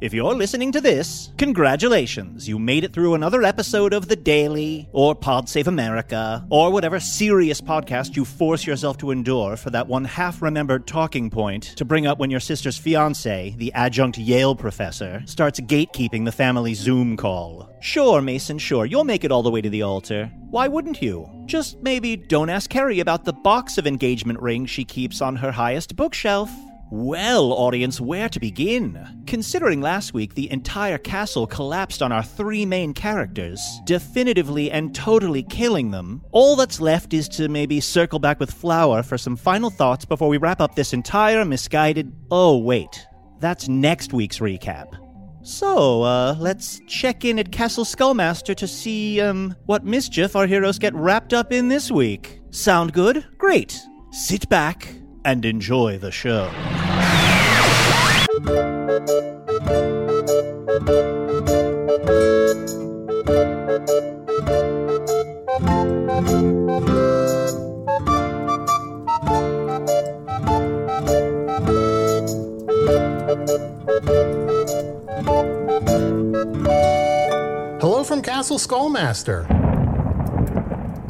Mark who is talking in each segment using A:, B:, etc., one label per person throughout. A: if you're listening to this, congratulations! You made it through another episode of The Daily, or Pod Save America, or whatever serious podcast you force yourself to endure for that one half remembered talking point to bring up when your sister's fiance, the adjunct Yale professor, starts gatekeeping the family Zoom call. Sure, Mason, sure, you'll make it all the way to the altar. Why wouldn't you? Just maybe don't ask Carrie about the box of engagement rings she keeps on her highest bookshelf. Well, audience, where to begin? Considering last week the entire castle collapsed on our three main characters, definitively and totally killing them, all that's left is to maybe circle back with Flower for some final thoughts before we wrap up this entire misguided. Oh, wait. That's next week's recap. So, uh, let's check in at Castle Skullmaster to see, um, what mischief our heroes get wrapped up in this week. Sound good? Great. Sit back and enjoy the show.
B: Hello from Castle Skullmaster,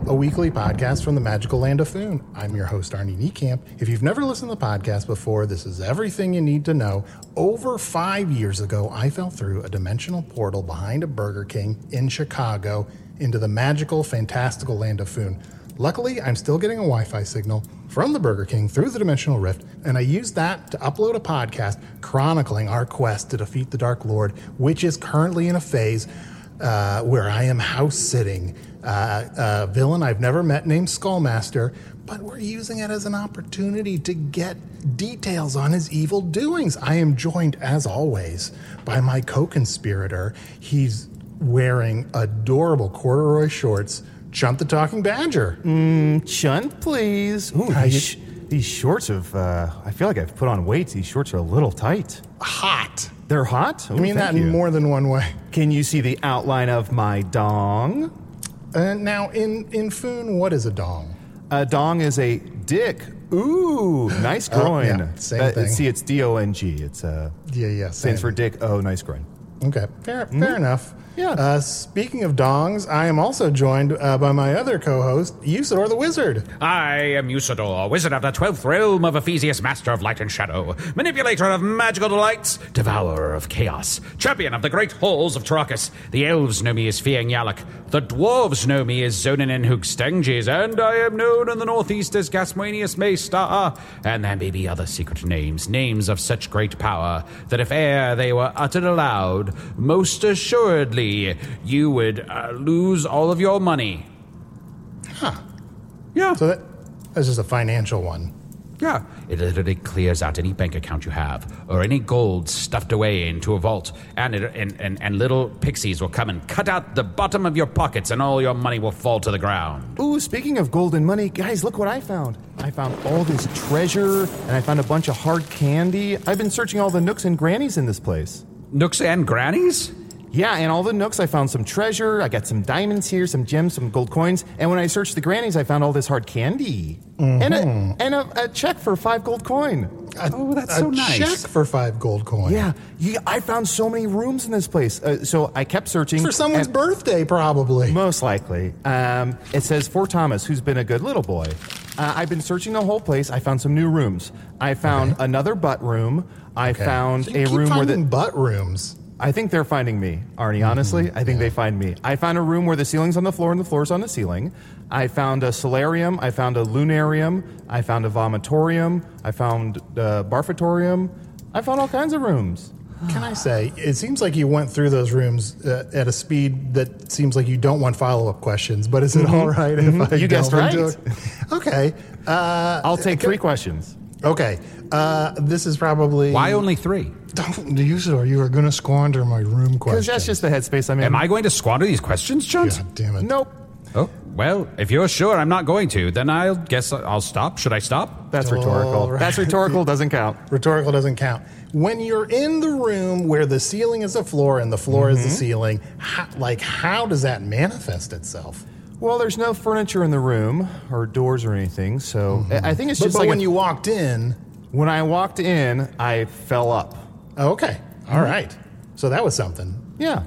B: a weekly podcast from the magical land of Foon. I'm your host, Arnie Niekamp. If you've never listened to the podcast before, this is everything you need to know. Over five years ago, I fell through a dimensional portal behind a Burger King in Chicago into the magical, fantastical land of Foon. Luckily, I'm still getting a Wi Fi signal from the Burger King through the Dimensional Rift, and I used that to upload a podcast chronicling our quest to defeat the Dark Lord, which is currently in a phase uh, where I am house sitting. Uh, a villain I've never met named Skullmaster, but we're using it as an opportunity to get details on his evil doings. I am joined, as always, by my co conspirator. He's wearing adorable corduroy shorts, Chump the Talking Badger.
C: Mm. Chunt, please. Ooh,
B: Hi,
C: these, sh- these shorts have. Uh, I feel like I've put on weight. These shorts are a little tight.
B: Hot.
C: They're hot.
B: I mean that in more than one way.
C: Can you see the outline of my dong?
B: Uh, now, in, in Foon, what is a dong?
C: A dong is a dick. Ooh, Uh, nice
B: Oh,
C: groin.
B: yeah, same thing.
C: See, it's D O N G. It's uh,
B: Yeah, yeah.
C: stands for
B: same.
C: dick. Oh, nice groin.
B: Okay, fair, fair enough.
C: Mm-hmm. Yeah.
B: Uh, speaking of dongs, I am also joined uh, by my other co-host, Usador the Wizard.
D: I am Usador, wizard of the twelfth realm of Ephesius, master of light and shadow, manipulator of magical delights, devourer of chaos, champion of the great halls of Tarakas. The elves know me as Fiang Yalak, the dwarves know me as Zonin and Hoogstanges, and I am known in the northeast as Gasmanius Maystar. And there may be other secret names, names of such great power that if e'er they were uttered aloud, most assuredly you would uh, lose all of your money. Huh. Yeah.
B: So that, that's just a financial one.
D: Yeah, it literally clears out any bank account you have or any gold stuffed away into a vault, and, it, and, and, and little pixies will come and cut out the bottom of your pockets, and all your money will fall to the ground.
C: Ooh, speaking of gold and money, guys, look what I found. I found all this treasure, and I found a bunch of hard candy. I've been searching all the nooks and grannies in this place.
D: Nooks and grannies?
C: Yeah, and all the nooks, I found some treasure. I got some diamonds here, some gems, some gold coins. And when I searched the grannies, I found all this hard candy and
B: Mm-hmm.
C: a and a, a check for five gold coin.
B: A,
D: Oh, that's
B: a
D: so nice.
B: check for five gold coins.
C: Yeah, you, I found so many rooms in this place. Uh, so I kept searching
B: For someone's
C: and-
B: birthday, probably.
C: Most likely. Um, it says for Thomas, who's been a good little boy. Uh, I've been searching the whole place. I found some new rooms. I found another butt room. I found a
B: You keep
C: room where
B: finding
C: the.
B: butt rooms.
C: I think they're finding me, Arnie. Honestly, I think they find me. I found a room where the ceiling's on the floor and the floor's on the ceiling. I found a solarium. I found a lunarium. I found a vomitorium. I found a barfatorium. I found all kinds of rooms.
B: Can I say, it seems like you went through those rooms uh, at a speed that seems like you don't want follow up questions, but is it all right if I
C: Mm-hmm. You guessed
B: delve into
C: right.
B: it? Okay. Uh,
C: I'll take three questions.
B: okay. Uh, this is probably.
D: Why only three?
B: Don't use it or you are going to squander my room question.
C: Because that's just the headspace I'm in.
D: Am I going to squander these questions, Jones?
B: God damn it.
C: Nope.
D: Oh, well, if you're sure I'm not going to, then I'll guess I'll stop. Should I stop?
C: That's
B: All
C: rhetorical.
B: right.
C: That's rhetorical. Doesn't count.
B: Rhetorical doesn't count. When you're in the room where the ceiling is the floor and the floor
C: Mm-hmm.
B: is the ceiling, how, like how does that manifest itself?
C: Well, there's no furniture in the room or doors or anything, so I I think it's
B: Mm-hmm. But,
C: just
B: but
C: like
B: when
C: a-
B: you walked in,
C: when I walked in, I fell up.
B: oh, okay, all right. So that was something.
C: Yeah,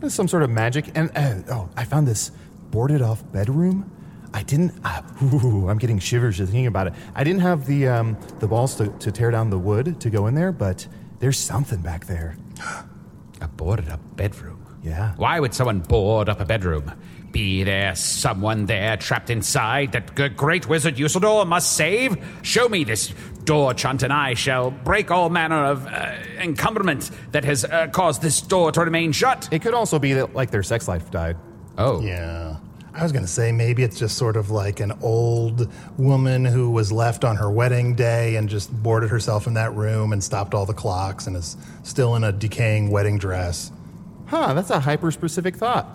C: there's some sort of magic. And uh, oh, I found this boarded off bedroom. I didn't. Uh, ooh, I'm getting shivers just thinking about it. I didn't have the um, the balls to, to tear down the wood to go in there, but there's something back there.
D: I boarded up bedroom.
C: Yeah.
D: Why would someone board up a bedroom? Be there someone there trapped inside that the great wizard Usador must save? Show me this door, Chunt, and I shall break all manner of uh, encumberment that has uh, caused this door to remain shut.
C: It could also be that like their sex life died.
D: Oh,
B: Yeah. I was going to say maybe it's just sort of like an old woman who was left on her wedding day and just boarded herself in that room and stopped all the clocks and is still in a decaying wedding dress.
C: Huh? That's a hyper specific thought.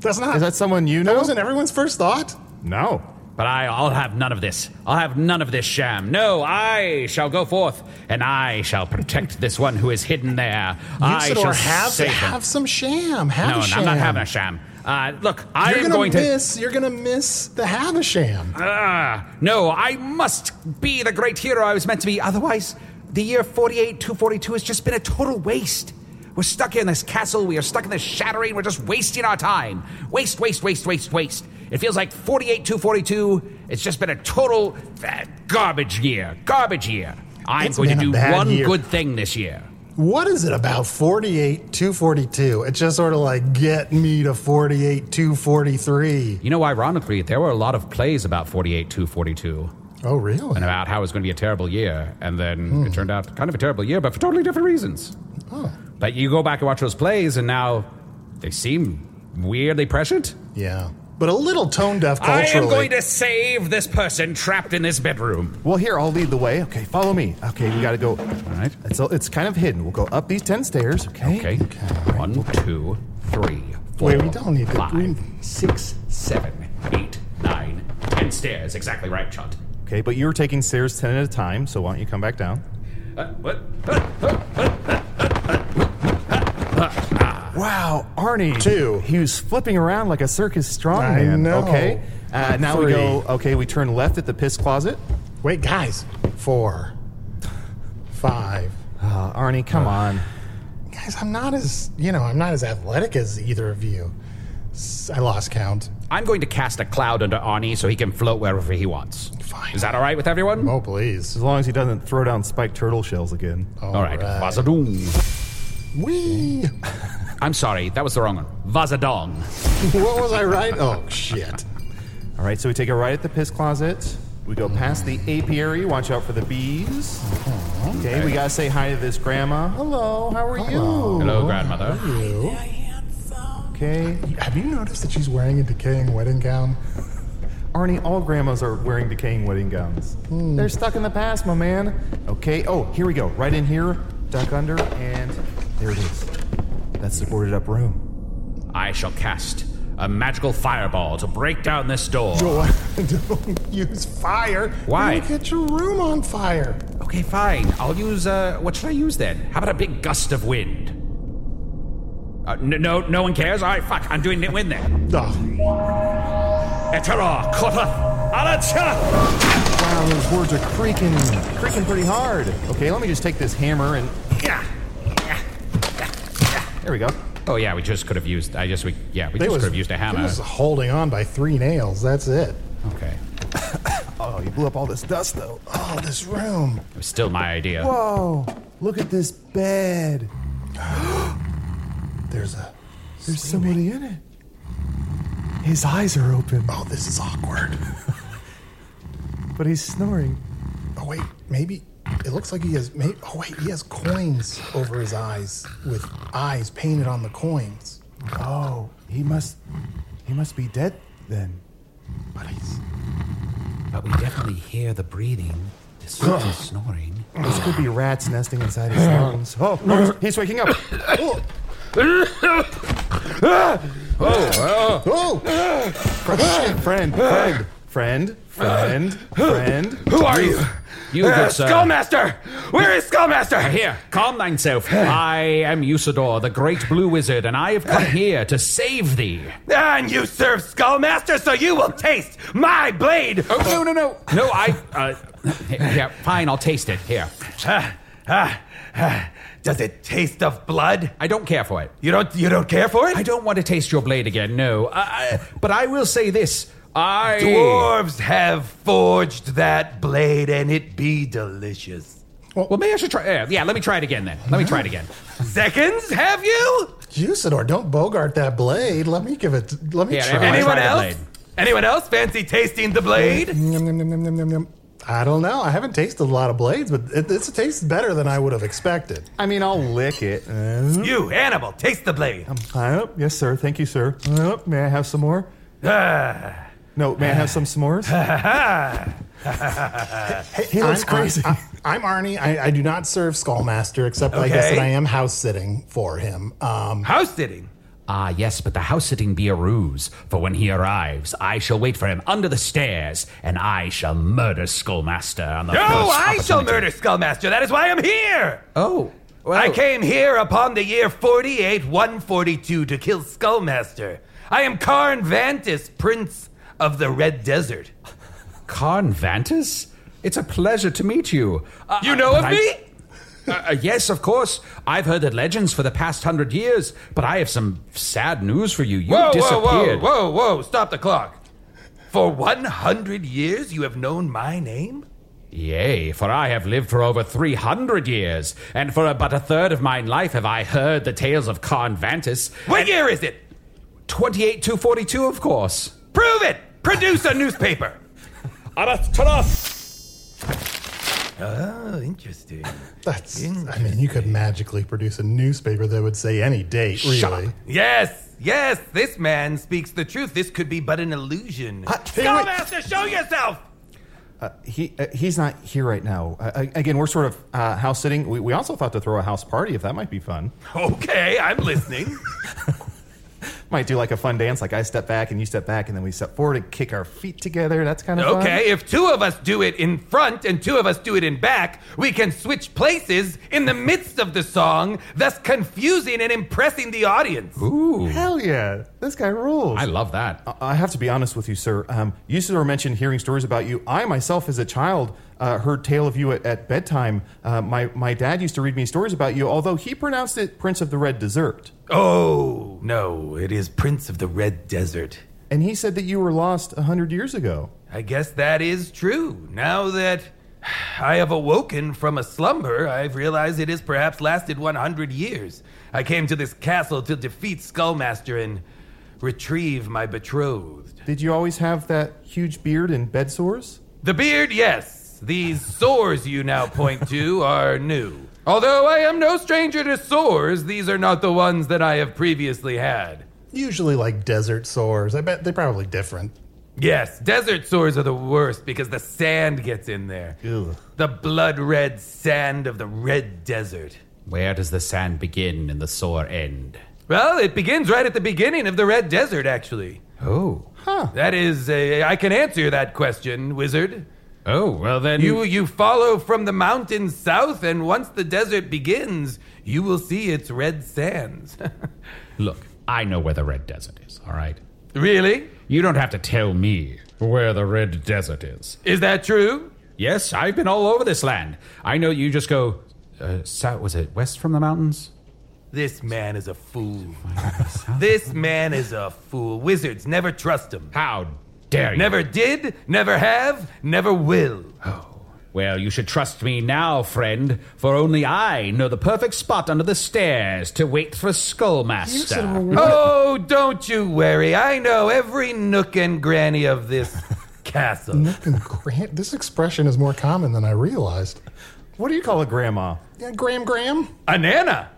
B: That's not.
C: Is that someone you know?
B: That wasn't everyone's first thought.
C: no.
D: But I, I'll have none of this. I'll have none of this sham. No, I shall go forth, and I shall protect this one who is hidden there. I
B: Usador,
D: shall
B: have,
D: save him.
B: have some sham. Have
D: no,
B: a
D: no,
B: sham.
D: I'm not having a sham. Uh, look, I
B: You're
D: am going to.
B: miss. You're gonna miss the have a sham.
D: Ah, no, I must be the great hero I was meant to be. Otherwise, the year 48 242 has just been a total waste. We're stuck in this castle, we are stuck in this shattering, we're just wasting our time. Waste, waste, waste, waste, waste. It feels like 48 242, it's just been a total uh, garbage year. Garbage year. I'm
B: It's
D: going to
B: been
D: do
B: a bad
D: one
B: year.
D: good thing this year.
B: What is it about 48 242? It's just sort of like get me to 48 243.
D: You know, ironically, there were a lot of plays about 48 242.
B: Oh, really?
D: and about how it was going to be a terrible year. And then
B: Hmm.
D: it turned out kind of a terrible year, but for totally different reasons.
B: Oh.
D: But you go back and watch those plays, and now they seem weirdly prescient.
B: Yeah, but a little tone deaf
D: I
B: culturally.
D: am going to save this person trapped in this bedroom.
C: Well, here I'll lead the way. Okay, follow me. Okay, we gotta go. All
D: right.
C: It's it's kind of hidden. We'll go up these ten stairs. Okay.
D: Okay. One, two, three, four,
B: Wait, we don't need to-
D: five, six, seven, eight, nine, ten stairs. Exactly right, Chunt.
C: Okay, but you're taking stairs ten at a time. So why don't you come back down?
D: Uh, what? Uh,
C: Wow, Arnie.
B: Two.
C: He was flipping around like a circus
B: I
C: strongman.
B: know.
C: Okay. Uh, now we
B: Three.
C: go. Okay, we turn left at the piss closet.
B: Wait, guys. Four, five.
C: Uh, Arnie, come on.
B: Guys, I'm not as you know, I'm not as athletic as either of you. S- I lost count.
D: I'm going to cast a cloud under Arnie so he can float wherever he wants.
B: Fine.
D: Is that all right with everyone?
B: Oh, please.
C: As long as he doesn't throw down spiked turtle shells again.
D: all right. Vazadoom.
B: Wee.
D: I'm sorry, that was the wrong one. Vazadong.
B: what was I right? Oh shit.
C: All right, so we take a right at the piss closet. We go past the apiary. Watch out for the bees. Okay, we gotta say hi to this grandma. Hello, how are you?
D: Hello, grandmother.
B: You.
C: Okay.
B: Have you noticed that she's wearing a decaying wedding gown?
C: Arnie, all grandmas are wearing decaying wedding gowns.
B: Hmm.
C: They're stuck in the past, my man. Okay, oh, here we go. Right in here, duck under, and there it is. That's the boarded up room.
D: I shall cast a magical fireball to break down this door.
B: Don't, don't use fire.
D: Why?
B: You'll get your room on fire.
D: Okay, fine. I'll use, uh, what should I use then? How about a big gust of wind? Uh, n- no, no one cares? Alright, fuck, I'm doing it wind then.
B: Oh, Ah.
D: Etera, Kota, Alacha!
C: Wow, those words are creaking, creaking pretty hard. Okay, let me just take this hammer and.
D: Yeah. Yeah.
C: There we go.
D: Oh yeah, we just could have used, I just, we, yeah, we
B: they
D: just
B: was,
D: could have used a hammer.
B: He was holding on by three nails. That's it.
D: Okay.
C: Oh, you blew up all this dust, though.
B: Oh, this room.
D: It was still my idea.
C: Whoa, look at this bed.
B: There's a.
C: There's somebody in it. His eyes are open,
B: Oh, this is awkward.
C: but he's snoring.
B: Oh wait, maybe it looks like he has. Maybe, oh wait, he has coins over his eyes with eyes painted on the coins.
C: Oh, he must. He must be dead then.
B: But he's
D: But we definitely hear the breathing, the snoring.
C: This could be rats nesting inside his lungs. Oh, no, he's waking up. Oh,
B: oh,
C: friend, friend, Oh. friend, friend, friend.
D: Who are you? You good sir.
E: Uh, Skullmaster! Where is Skullmaster?
D: Here, calm thyself. I am Usador, the great blue wizard, and I have come here to save thee.
E: And you serve Skullmaster, so you will taste my blade!
D: Oh, no, no, no. No, I. Uh, yeah, fine, I'll taste it. Here.
E: Ah, ah, ah. Does it taste of blood?
D: I don't care for it.
E: You don't you don't care for it?
D: I don't want to taste your blade again, no. Uh, I, but I will say this. I.
E: Dwarves have forged that blade and it be delicious.
D: Well, maybe I should try. Yeah, yeah, let me try it again then. Let me try it again.
E: Seconds, have you?
B: Usador, don't bogart that blade. Let me give it. Let me
D: Yeah,
B: try.
D: everyone-
E: Anyone
D: try the
E: else?
D: blade.
E: Anyone else fancy tasting the blade?
B: Yum, yum, yum, yum, yum, yum, yum. I don't know. I haven't tasted a lot of blades, but it, it's it tastes better than I would have expected.
C: I mean, I'll lick it.
E: You animal, taste the blade.
C: Uh, yes, sir. Thank you, sir. Uh, may I have some more?
E: Ah,
C: No, may I have some s'mores?
B: Hey,
C: He looks
B: I'm Ar-
C: crazy.
B: I, am Arnie. I, I do not serve Skullmaster, except I guess
E: Okay.
B: that I am house sitting for him. Um,
E: house sitting.
D: Ah, yes, but the house sitting be a ruse, for when he arrives, I shall wait for him under the stairs, and I shall murder Skullmaster on the
E: No,
D: first
E: I shall
D: opportunity.
E: murder Skullmaster. That is why I'm here.
D: Oh, well,
E: I came here upon the year 48 142 to kill Skullmaster. I am Karn Vantis, Prince of the Red Desert.
D: Carn Vantis? It's a pleasure to meet you. Uh,
E: You know
D: but
E: of
D: I-
E: me?
D: Uh, uh, yes, of course. I've heard the legends for the past hundred years, but I have some sad news for you. You
E: Whoa, whoa, whoa,
D: disappeared.
E: whoa, whoa, stop the clock. For 100 years, you have known my name?
D: Yea, for I have lived for over three hundred years, and for about a third of my life have I heard the tales of Carn Vantis.
E: What year is it?
D: Twenty-eight to forty-two, of course.
E: Prove it! Produce a newspaper!
D: Aras Taras!
E: Oh, interesting.
B: that's. I mean, you could magically produce a newspaper that would say any date, really.
D: Shut up.
E: Yes, yes, this man speaks the truth. This could be but an illusion.
D: Ah,
B: hey, wait.
E: Skullmaster, show yourself!
C: He uh, he's not here right now. Uh, I- again, we're sort of uh, house sitting. We, we also thought to throw a house party if that might be fun.
E: Okay, I'm listening.
C: Might do like a fun dance, like I step back and you step back, and then we step forward and kick our feet together. That's kind of fun.
E: Okay, if two of us do it in front and two of us do it in back, we can switch places in the midst of the song, thus confusing and impressing the audience.
D: Ooh,
C: Hell yeah, this guy rules.
D: I love that.
C: I have to be honest with you, sir. Um, you sort of mentioned hearing stories about you. I myself, as a child, uh, heard tale of you at, at bedtime. Uh, my my dad used to read me stories about you, although he pronounced it Prince of the Red Desert,
E: Oh, no, it is Prince of the Red Desert.
C: and he said that you were lost a hundred years ago.
E: I guess that is true. Now that I have awoken from a slumber, I've realized it has perhaps lasted 100 years. I came to this castle to defeat Skullmaster and retrieve my betrothed.
C: Did you always have that huge beard and bed sores?
E: The beard, yes. These sores you now point to are new. Although I am no stranger to sores, these are not the ones that I have previously had.
B: Usually, like desert sores. I bet they're probably different.
E: Yes, desert sores are the worst because the sand gets in there. The blood red sand of the red desert.
D: Where does the sand begin and the sore end?
E: Well, it begins right at the beginning of the red desert, actually.
D: Oh.
E: That is, uh, I can answer that question, wizard.
D: Oh, well then.
E: You you follow from the mountains south, and once the desert begins, you will see its red sands.
D: Look, I know where the red desert is, all right?
E: really?
D: You don't have to tell me where the red desert is.
E: Is that true?
D: Yes, I've been all over this land. I know you just go. Uh, south, was it west from the mountains?
E: This man is a fool. this man is a fool. Wizards never trust him.
D: How dare you?
E: Never did, never have, never will.
D: Oh, Well, you should trust me now, friend, for only I know the perfect spot under the stairs to wait for Skullmaster.
E: Oh, don't you worry. I know every nook and granny of this castle.
B: Fucking Gra- this expression is more common than I realized.
C: What do you call a grandma?
B: Yeah, Graham, Graham.
E: Anana.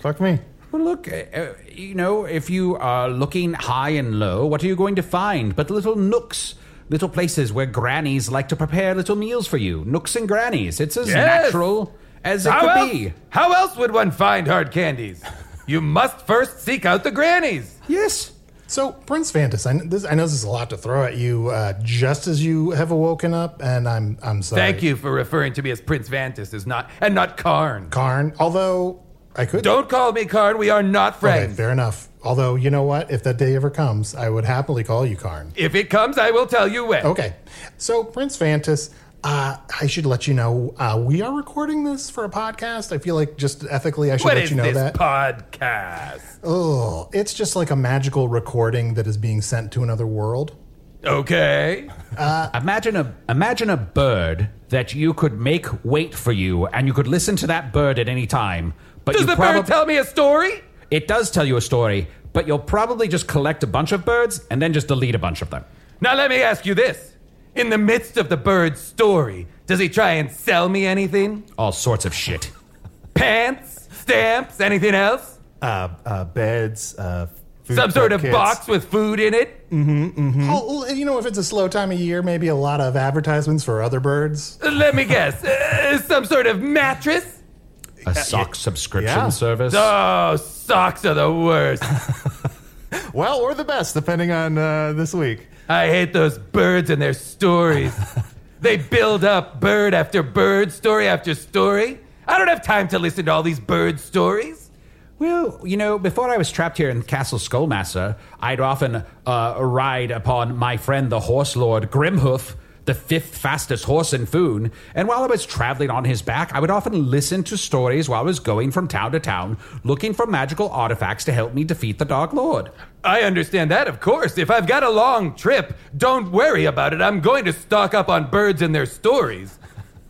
C: Fuck me.
D: Well, look, uh, uh, you know, if you are looking high and low, what are you going to find but little nooks, little places where grannies like to prepare little meals for you? Nooks and grannies. It's as
E: Yes.
D: natural as it
E: How
D: could
E: else,
D: be.
E: how else would one find hard candies? You must first seek out the grannies.
D: Yes.
B: So, Prince Fantas, I, kn- this, I know this is a lot to throw at you uh, just as you have awoken up, and I'm I'm sorry.
E: Thank you for referring to me as Prince Vantis is not and not Karn.
B: Karn. Although I could
E: Don't call me Karn. We are not
B: Okay,
E: friends.
B: fair enough. Although you know what, if that day ever comes, I would happily call you Karn.
E: if it comes, I will tell you when.
B: Okay, so Prince Fantas. Uh, I should let you know uh, we are recording this for a podcast. I feel like just ethically, I should
E: What
B: let
E: is
B: you know
E: this
B: that.
E: podcast?
B: oh, it's just like a magical recording that is being sent to another world.
E: Okay.
D: Uh, Imagine a imagine a bird that you could make wait for you, and you could listen to that bird at any time. But
E: Does
D: you
E: the
D: probably,
E: bird tell me a story?
D: It does tell you a story, but you'll probably just collect a bunch of birds and then just delete a bunch of them.
E: Now let me ask you this. In the midst of the bird's story, does he try and sell me anything?
D: All sorts of shit.
E: Pants? Stamps? Anything else?
C: Uh, uh, beds, uh, food
E: Some sort of
C: kits.
E: box with food in it?
C: Mm-hmm,
B: Oh, well, you know, if it's a slow time of year, maybe a lot of advertisements for other birds.
E: Let me guess. Uh, some sort of mattress?
D: A sock subscription
C: yeah.
D: service.
E: Oh, socks are the worst.
C: Well, or the best, depending on uh, this week.
E: I hate those birds and their stories. they build up bird after bird, story after story. I don't have time to listen to all these bird stories.
D: Well, you know, before I was trapped here in Castle Skullmaster, I'd often uh, ride upon my friend the horse lord Grimhoof, the fifth fastest horse in Foon. And while I was traveling on his back, I would often listen to stories while I was going from town to town, looking for magical artifacts to help me defeat the Dark Lord.
E: I understand that, of course. If I've got a long trip, don't worry about it. I'm going to stock up on birds and their stories.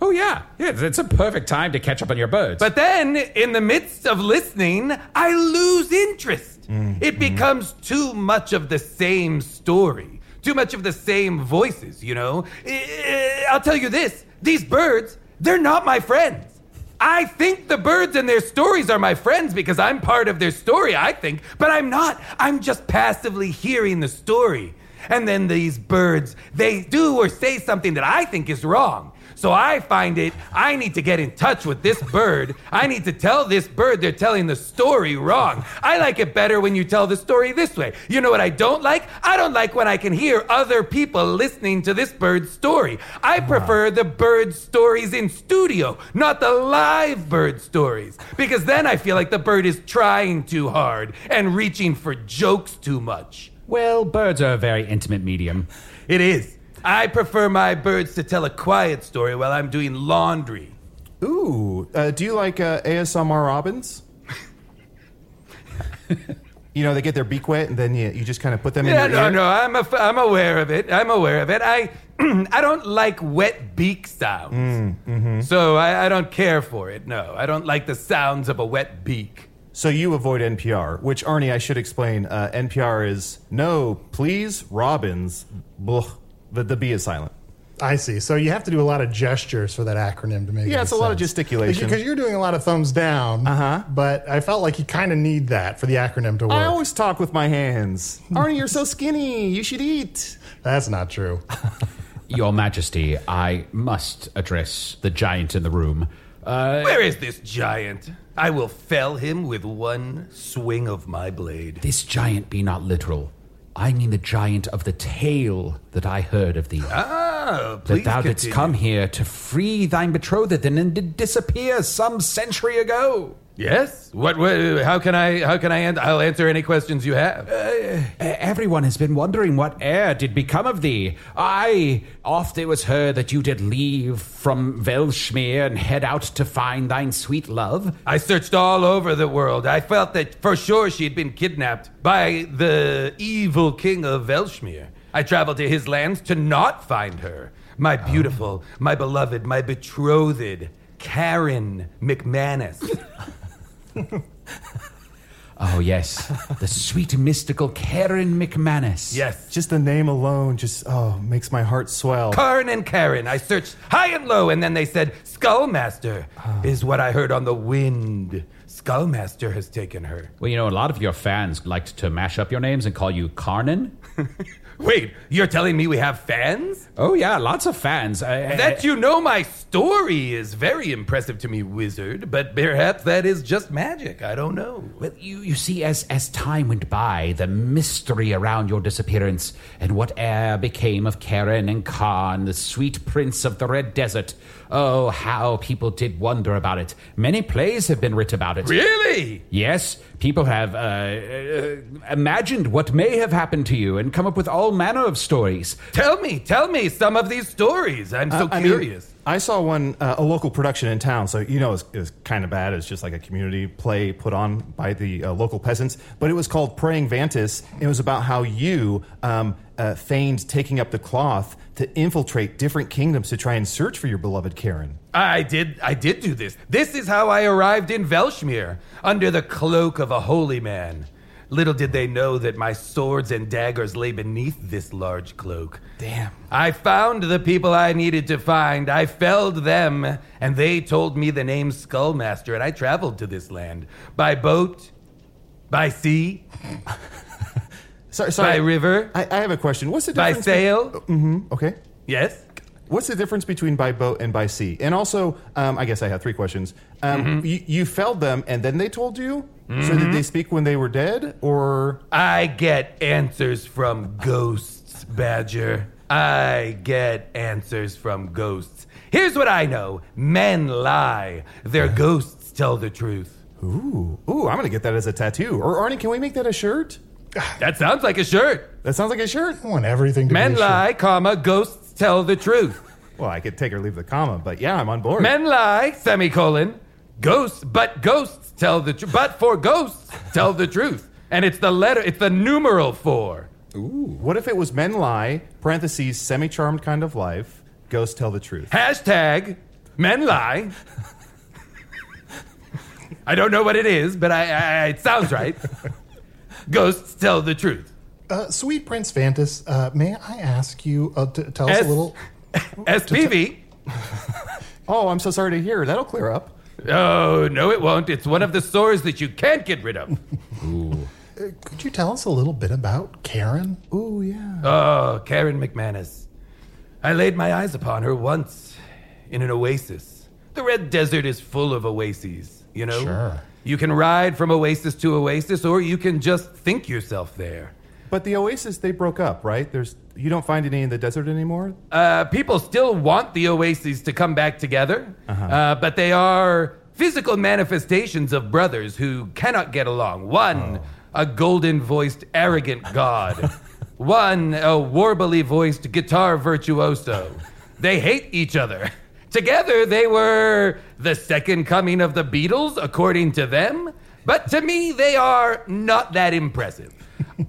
D: Oh, yeah. yeah it's a perfect time to catch up on your birds.
E: But then, in the midst of listening, I lose interest. It becomes too much of the same story, too much of the same voices, you know? I- I'll tell you this these birds, they're not my friends. I think the birds and their stories are my friends because I'm part of their story, I think, but I'm not. I'm just passively hearing the story. And then these birds, they do or say something that I think is wrong. So I find it, I need to get in touch with this bird. I need to tell this bird they're telling the story wrong. I like it better when you tell the story this way. You know what I don't like? I don't like when I can hear other people listening to this bird's story. I prefer the bird stories in studio, not the live bird stories, because then I feel like the bird is trying too hard and reaching for jokes too much.
D: well, birds are a very intimate medium.
E: It is. I prefer my birds to tell a quiet story while I'm doing laundry.
C: Ooh, uh, do you like uh, ASMR robins? you know, they get their beak wet, and then you, you just kind of put them
E: Yeah,
C: in your
E: no,
C: ear.
E: no, I'm, a, I'm aware of it. I'm aware of it. I, I don't like wet beak sounds.
D: Mm-hmm.
C: Mm-hmm.
E: So I, I don't care for it. No, I don't like the sounds of a wet beak.
C: So you avoid NPR, which Arnie, I should explain. Uh, NPR is no, please, robins. Blah, the, the B is silent.
B: I see. So you have to do a lot of gestures for that acronym to make.
C: Yeah,
B: any
C: it's a lot of
B: sense.
C: gesticulation.
B: because you're doing a lot of thumbs down. Uh huh. But I felt like you kind of need that for the acronym to work.
C: Uh-huh. I always talk with my hands. Arnie, you're so skinny. You should eat.
B: That's not true.
D: Your Majesty, I must address the giant in the room. Uh,
E: Where is this giant? I will fell him with one swing of my blade.
D: This giant be not literal. I mean the giant of the tale that I heard of thee.
E: Ah,
D: that
E: please
D: thou didst
E: continue.
D: come here to free thine betrothed and then did disappear some century ago.
E: Yes. What, what? How can I? How can I? An- I'll answer any questions you have.
D: E- Everyone has been wondering what heir did become of thee. I oft it was her that you did leave from Velshmere and head out to find thine sweet love.
E: I searched all over the world. I felt that for sure she had been kidnapped by the evil king of Velshmir. I traveled to his lands to not find her. My beautiful, my beloved, my betrothed, Karen McManus.
D: Oh yes, the sweet mystical Karen McManus.
E: yes.
C: Just the name alone just oh makes my heart swell.
E: Karn and Karen. I searched high and low, and then they said, Skullmaster is what I heard on the wind. Skullmaster has taken her.
D: Well, you know, a lot of your fans liked to mash up your names and call you Carnan.
E: Wait, you're telling me we have fans?
D: Oh yeah, lots of fans. I-
E: That you know my story is very impressive to me, wizard, but perhaps that is just magic. I don't know.
D: Well, you, you see, as, as time went by, the mystery around your disappearance and what e'er became of Karen and Khan, the sweet prince of the Red Desert. Oh, how people did wonder about it. Many plays have been written about it.
E: Really?
D: Yes, people have uh, uh, imagined what may have happened to you and come up with all manner of stories.
E: Tell me, tell me some of these stories. I'm so
C: I mean,
E: curious.
C: I saw one uh, a local production in town, so you know it's it kind of bad. It's just like a community play put on by the uh, local peasants, but it was called Praying Vantis. And it was about how you um, uh, feigned taking up the cloth to infiltrate different kingdoms to try and search for your beloved Karen.
E: I did I did do this. This is how I arrived in Velshmir, under the cloak of a holy man. Little did they know that my swords and daggers lay beneath this large cloak.
C: Damn.
E: I found the people I needed to find. I felled them, and they told me the name Skullmaster, and I traveled to this land by boat, by sea,
C: Sorry,
E: by
C: sorry.
E: river,
C: I, I have a question. What's the
E: by
C: difference?
E: sail.
C: be- okay.
E: Yes?
C: What's the difference between by boat and by sea? And also, um, I guess I have three questions. Um,
E: Mm-hmm.
C: you, you felled them, and then they told you. So did they speak when they were dead, or
E: I get answers from ghosts, Badger. I get answers from ghosts. Here's what I know men lie, their ghosts tell the truth.
C: Uh-huh. ooh, ooh? I'm gonna get that as a tattoo. Or Arnie, can we make that a shirt?
E: That sounds like a shirt.
C: That sounds like a shirt.
B: I want everything to
E: Men
B: be a shirt.
E: lie, comma, ghosts tell the truth.
C: Well, I could take or leave the comma, but yeah, I'm on board.
E: Men lie, semicolon, ghosts, but ghosts tell the truth. But for ghosts, tell the truth. And it's the letter, it's the numeral four.
C: What if it was men lie (parentheses semi-charmed kind of life) ghosts tell the truth?
E: Hashtag men lie. I don't know what it is, but I, I, I- it sounds right. Ghosts tell the truth.
B: Uh, sweet Prince Fantas, uh, may I ask you uh, to tell us
E: S-
B: a little?
E: SPV.
C: Oh, I'm so sorry to hear. That'll clear up.
E: Oh, no, it won't. It's one of the sores that you can't get rid of.
B: Could you tell us a little bit about Karen?
C: Ooh, yeah.
E: Oh, Karen McManus. I laid my eyes upon her once in an oasis. The Red Desert is full of oases, you know?
B: Sure.
E: You can ride from oasis to oasis, or you can just think yourself there.
C: But the Oasis, they broke up, right? There's you don't find any in the desert anymore.
E: Uh, people still want the oases to come back together, uh, but they are physical manifestations of brothers who cannot get along. One, a golden voiced, arrogant god. One, a warbly voiced guitar virtuoso. They hate each other. Together, they were the second coming of the Beatles, according to them. But to me, they are not that impressive.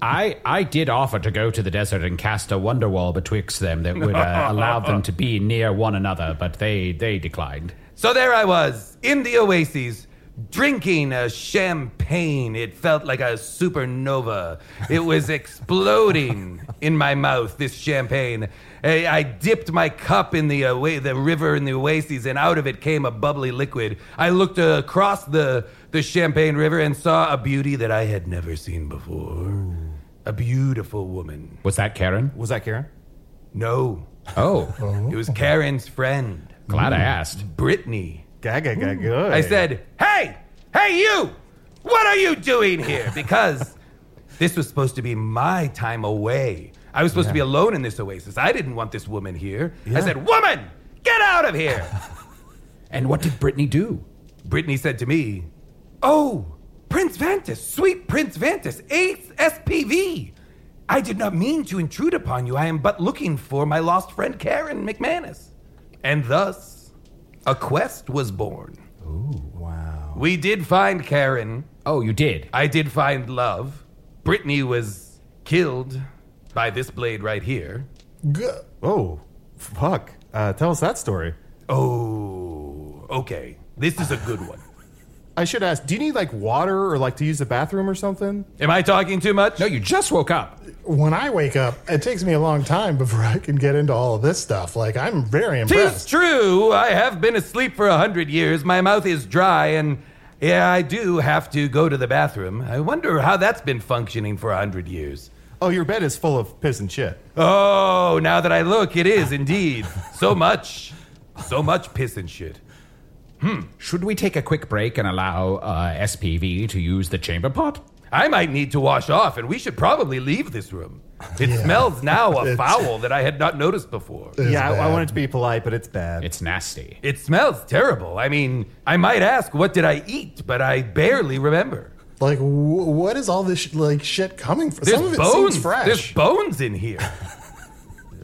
D: I, I did offer to go to the desert and cast a wonder wall betwixt them that would uh, allow them to be near one another, but they, they declined.
E: So there I was, in the oases, drinking a champagne. It felt like a supernova. It was exploding in my mouth, this champagne. I, I dipped my cup in the, oa- the river in the oasis, and out of it came a bubbly liquid. I looked across the, the champagne river and saw a beauty that I had never seen before. A beautiful woman.
D: Was that Karen?
C: Was that Karen?
E: No,
D: Oh,
E: it was Karen's friend,
D: glad I asked.
E: Brittany.
C: Gaga, gaga, good.
E: I said, "Hey, hey, you! What are you doing here?" Because this was supposed to be my time away. I was supposed to be alone in this oasis. I didn't want this woman here. I said, "Woman, get out of here!"
D: And what did Brittany do?
E: Brittany said to me, "Oh, Prince Vantis, sweet Prince Vantis, eighth SPV." I did not mean to intrude upon you. I am but looking for my lost friend Karen McManus. And thus, a quest was born.
C: wow.
E: We did find Karen.
D: Oh, you did.
E: I did find love. Brittany was killed by this blade right here.
B: Good.
C: Oh, fuck. Uh, tell us that story.
E: Oh, okay. This is a good one.
C: I should ask, do you need like water or like to use the bathroom or something?
E: Am I talking too much?
D: No, you just woke up.
B: When I wake up, it takes me a long time before I can get into all of this stuff. Like, I'm very
E: Tis
B: impressed.
E: true. I have been asleep for a hundred years. My mouth is dry, and yeah, I do have to go to the bathroom. I wonder how that's been functioning for a hundred years.
C: Oh, your bed is full of piss and shit.
E: Oh, now that I look, it is indeed. So much. So much piss and shit. Hmm.
D: Should we take a quick break and allow uh, SPV to use the chamber pot?
E: I might need to wash off, and we should probably leave this room. It smells now a foul that I had not noticed before.
B: It's
C: yeah, I, I
B: bad.
C: wanted to be polite, but it's bad.
D: It's nasty.
E: It smells terrible. I mean, I might ask, what did I eat? But I barely remember.
B: Like, w- what is all this sh- like shit coming from?
E: There's
B: Some of it
E: bones.
B: seems
E: There's
B: fresh.
E: bones in here.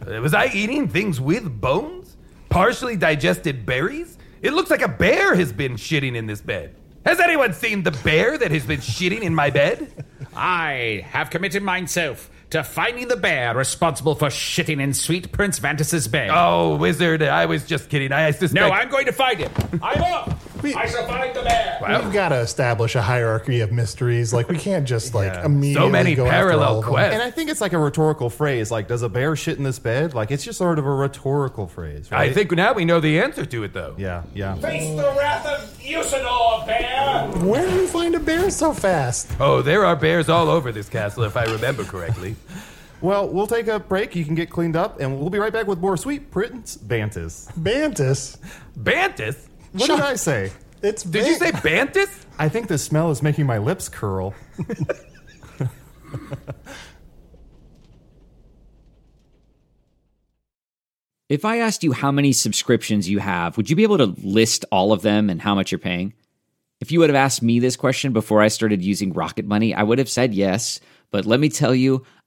E: Uh, Was I eating things with bones? Partially digested berries? It looks like a bear has been shitting in this bed. Has anyone seen the bear that has been shitting in my bed?
D: I have committed myself to finding the bear responsible for shitting in sweet Prince Vantis's bed.
E: Oh, wizard, I was just kidding. I suspect.
D: no, I'm going to find him. I'm up. I shall find the bear.
B: We've got to establish a hierarchy of mysteries. Like, we can't just like immediately
E: So many
B: go after all
E: parallel
B: of them.
E: quests.
C: and I think it's like a rhetorical phrase. Like, does a bear shit in this bed? Like, it's just sort of a rhetorical phrase, right?
E: I think now we know the answer to it, though.
C: Yeah, yeah.
D: Face the wrath of Usador, bear.
B: Where do you find a bear so fast?
E: Oh, there are bears all over this castle, if I remember correctly.
C: Well, we'll take a break. You can get cleaned up, and we'll be right back with more sweet Prince Bantus.
B: Bantus.
E: Bantus?
C: What
B: Shut-
C: did I say?
B: It's
E: Did you say Bantus?
C: I think the smell is making my lips curl.
F: If I asked you how many subscriptions you have, would you be able to list all of them and how much you're paying? If you would have asked me this question before I started using Rocket Money, I would have said yes. But let me tell you,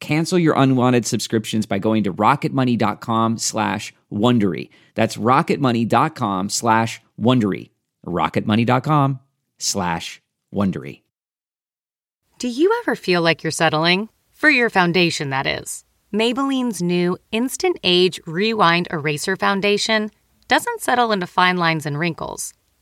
F: Cancel your unwanted subscriptions by going to rocketmoney.com slash Wondery. That's rocketmoney.com slash Wondery. rocketmoney.com slash Wondery.
G: Do you ever feel like you're settling? For your foundation, that is. Maybelline's new Instant Age Rewind Eraser Foundation doesn't settle into fine lines and wrinkles.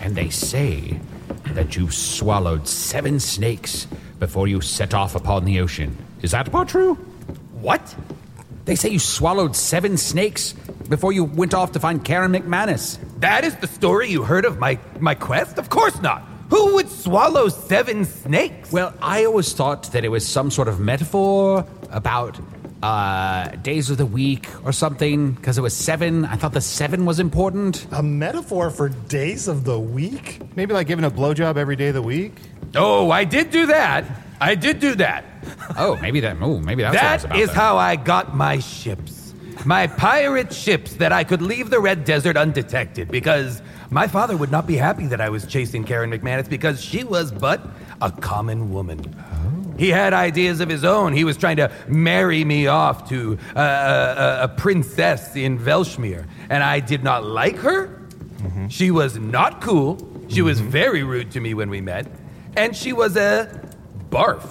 D: And they say that you swallowed seven snakes before you set off upon the ocean. Is that part true? What? They say you swallowed seven snakes before you went off to find Karen McManus.
E: That is the story you heard of my, my quest? Of course not. Who would swallow seven snakes?
D: Well, I always thought that it was some sort of metaphor about uh, days of the week or something, because it was seven. I thought the seven was important.
B: A metaphor for days of the week?
C: Maybe like giving a blowjob every day of the week.
E: Oh, I did do that. I did do that.
D: Oh, maybe that. Oh, maybe that's what it was
E: That
D: about
E: is
D: then.
E: how I got my ships. My pirate ships that I could leave the Red Desert undetected because my father would not be happy that I was chasing Karen McManus because she was but a common woman.
D: Oh.
E: He had ideas of his own. He was trying to marry me off to uh, a, a, a princess in Velshmir, and I did not like her.
D: Mm-hmm.
E: She was not cool. She was very rude to me when we met, and she was a barf.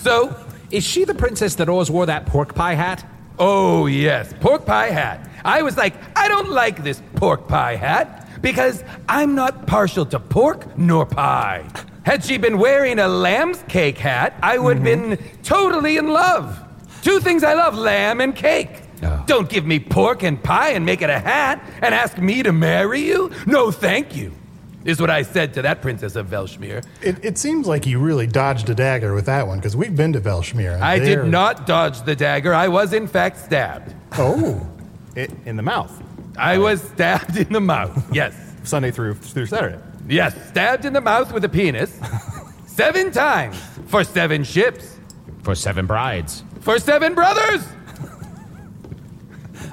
E: So
D: Is she the princess that always wore that pork pie hat?
E: Oh, yes, pork pie hat. I was like, I don't like this pork pie hat because I'm not partial to pork nor pie. Had she been wearing a lamb's cake hat, I would have
D: Mm-hmm.
E: been totally in love. Two things I love lamb and cake.
D: Oh.
E: Don't give me pork and pie and make it a hat and ask me to marry you. No, thank you, is what I said to that princess of Velshmir.
B: It, it seems like you really dodged a dagger with that one because we've been to Velshmir. and
E: I
B: there-
E: did not dodge the dagger. I was, in fact, stabbed.
B: Oh,
C: It, in the mouth.
E: I was stabbed in the mouth, yes.
C: Sunday through through Saturday.
E: Yes, stabbed in the mouth with a penis. seven times. For seven ships.
D: For seven brides.
E: For seven brothers.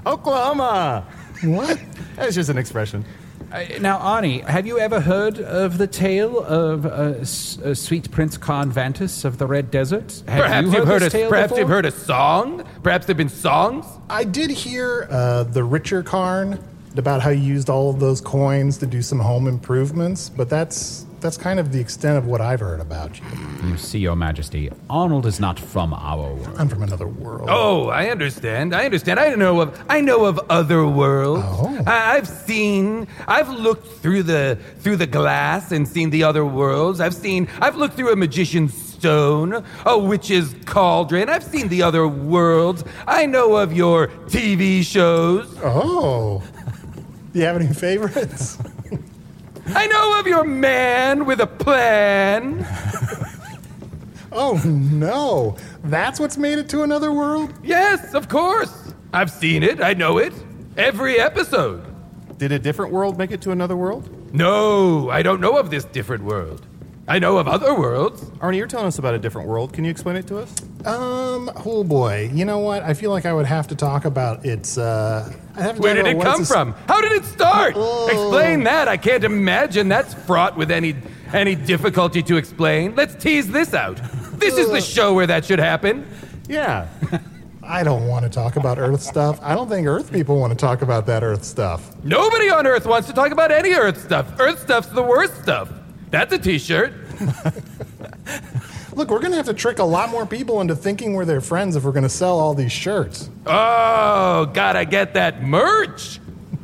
C: Oklahoma.
B: what?
C: That's just an expression.
D: Uh, Now, Arnie, have you ever heard of the tale of uh, S- uh, Sweet Prince Convantus of the Red Desert? Have
E: perhaps
D: you
E: have
D: heard
E: heard
D: this
E: a
D: tale
E: perhaps
D: before?
E: you've heard a song. Perhaps there've been songs.
B: I did hear uh, the richer Karn about how you used all of those coins to do some home improvements, but that's that's kind of the extent of what I've heard about you.
D: You see, Your Majesty, Arnold is not from our world.
B: I'm from another world.
E: Oh, I understand. I understand. I know of I know of other worlds.
B: Oh.
E: I, I've seen. I've looked through the through the glass and seen the other worlds. I've seen. I've looked through a magician's stone, a witch's cauldron. I've seen the other worlds. I know of your TV shows.
B: Oh. Do you have any favorites?
E: I know of your man with a plan.
B: Oh no. That's what's made it to another world?
E: Yes, of course. I've seen it. I know it. Every episode.
C: Did a different world make it to another world?
E: No, I don't know of this different world. I know of other worlds.
C: Arnie, you're telling us about a different world. Can you explain it to us?
B: Um, oh boy. You know what? I feel like I would have to talk about its uh I have to
E: Where
B: talk
E: did
B: about
E: it
B: what
E: come
B: it's a-
E: from? How did it start? Explain that. I can't imagine that's fraught with any any difficulty to explain. Let's tease this out. This is the show where that should happen.
C: Yeah.
B: I don't want to talk about Earth stuff. I don't think Earth people want to talk about that Earth stuff.
E: Nobody on Earth wants to talk about any Earth stuff. Earth stuff's the worst stuff. That's a t-shirt.
B: Look, we're going to have to trick a lot more people into thinking we're their friends if we're going to sell all these shirts.
E: Oh, gotta get that merch.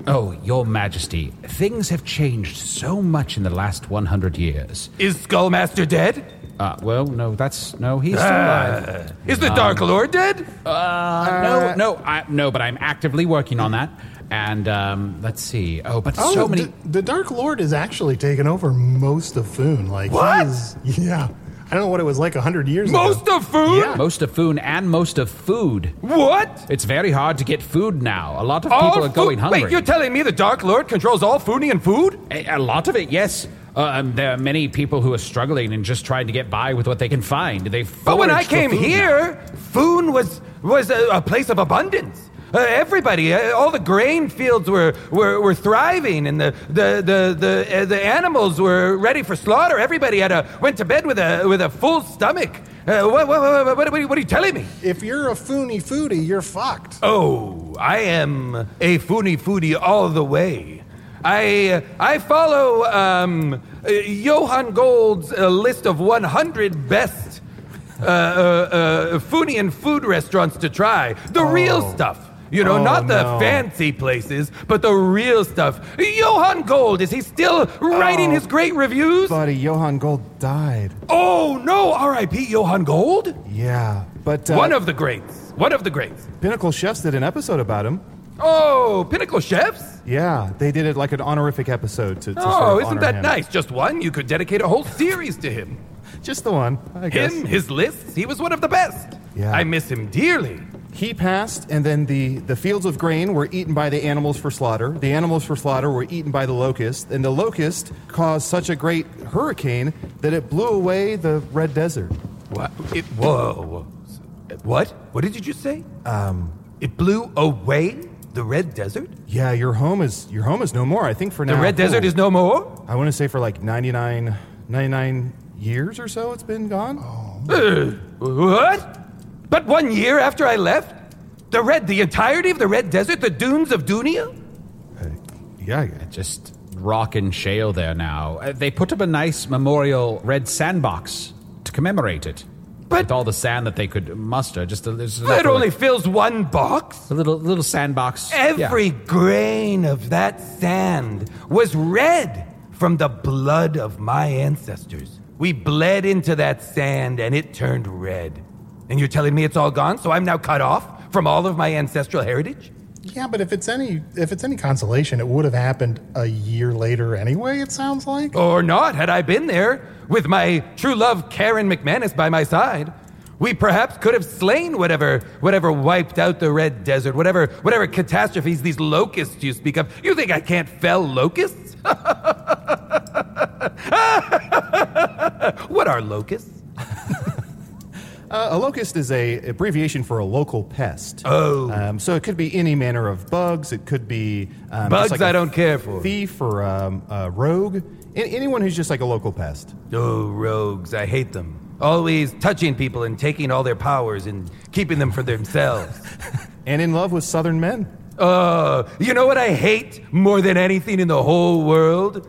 D: Oh, Your Majesty, things have changed so much in the last 100 years.
E: Is Skullmaster dead?
D: Uh, well, no, that's. No, he's still alive. Um,
E: Uh, is the Dark Lord dead?
D: Uh, no, no, I, no, but I'm actively working on that. And um, let's see. Oh, but
B: Oh,
D: so many.
B: d- the Dark Lord is actually taken over most of Foon. Like,
E: What?
B: He is, yeah. I don't know what it was like 100 years
E: Most
B: ago.
E: of food?
B: Yeah.
D: most of food and most of food.
E: What?
D: It's very hard to get food now. A lot of
E: All
D: people are
E: food-
D: going hungry.
E: Wait, you're telling me the Dark Lord controls all Foodie and food?
D: a, a lot of it, yes. Uh, um, there are many people who are struggling and just trying to get by with what they can find. They
E: But when I
D: forage for
E: came
D: food now.
E: here, Foon was was a, a place of abundance. Uh, everybody, uh, all the grain fields were, were, were thriving, and the the the the, uh, the animals were ready for slaughter. Everybody had a went to bed with a with a full stomach. Uh, what, what, what, what, what are you telling me?
B: If you're a Foony foodie, you're fucked.
E: Oh, I am a Foony Foodie all the way. I I follow um, uh, Johann Gold's uh, list of 100 best uh, uh, uh, Foodie and food restaurants to try. The real stuff. You know,
C: Oh,
E: not the
C: no.
E: fancy places, but the real stuff. Johann Gold, is he still writing
C: Oh.
E: his great reviews?
C: Buddy, Johann Gold died.
E: oh, no, R.I.P. Johann Gold?
C: Yeah. But uh,
E: One of the greats. One of the greats.
C: Pinnacle Chefs did an episode about him.
E: Oh, Pinnacle Chefs?
C: Yeah, they did it like an honorific episode to. to sort
E: Oh,
C: of
E: isn't
C: honor
E: that
C: him.
E: nice? Just one? You could dedicate a whole series to him.
C: Just the one, I guess.
E: Him, his lists, he was one of the best.
C: Yeah.
E: I miss him dearly.
C: He passed, and then the, the fields of grain were eaten by the animals for slaughter. The animals for slaughter were eaten by the locust, and the locust caused such a great hurricane that it blew away the red desert.
E: What? It, whoa. What? What did you just say? Um, it blew away the Red Desert?
C: Yeah, your home is your home is no more. I think for
E: The
C: now.
E: Red Desert is no more?
C: I want to say for like 99, 99 years or so, it's been gone.
E: Uh, What? But one year after I left? The Red, the entirety of the Red Desert, the dunes of Dunia?
C: Yeah, yeah.
D: Just rock and shale there now. Uh, they put up a nice memorial red sandbox to commemorate it.
E: But-
D: with all the sand that they could muster, just a, there's enough
E: That
D: for,
E: only
D: like,
E: fills one box.
D: a little little sandbox. Yeah.
E: Every grain of that sand was red from the blood of my ancestors. We bled into that sand and it turned red. And you're telling me it's all gone, so I'm now cut off from all of my ancestral heritage?
B: Yeah, but if it's any if it's any consolation, it would have happened a year later anyway. It sounds like.
E: Or not, had I been there with my true love Karen McManus by my side. We perhaps could have slain whatever whatever wiped out the red desert, whatever whatever catastrophes these locusts you speak of. You think I can't fell locusts? what are locusts?
C: Uh, a locust is a abbreviation for a local pest. Oh, um, so it could be any manner of bugs. It could be um, just
E: Bugs
C: like
E: I
C: a
E: don't care for.
C: thief or um, a rogue. A- anyone who's just like a local pest.
E: Oh, rogues, I hate them. Always touching people and taking all their powers and keeping them for themselves.
C: and in love with Southern men.
E: Uh, you know what I hate more than anything in the whole world?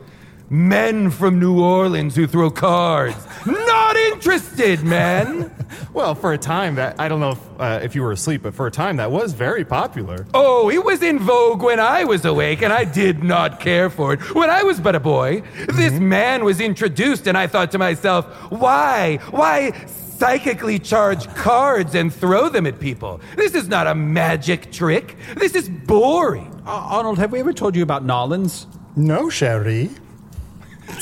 E: Men from New Orleans who throw cards. Not interested, man.
C: Well, for a time that I don't know if, uh, if you were asleep, but for a time that was very popular.
E: Oh, it was in vogue when I was awake, and I did not care for it. When I was but a boy, this
D: Mm-hmm.
E: man was introduced, and I thought to myself, why? Why psychically charge cards and throw them at people? This is not a magic trick. This is boring.
D: Uh, Arnold, have we ever told you about Nolans?
B: No, Sherry.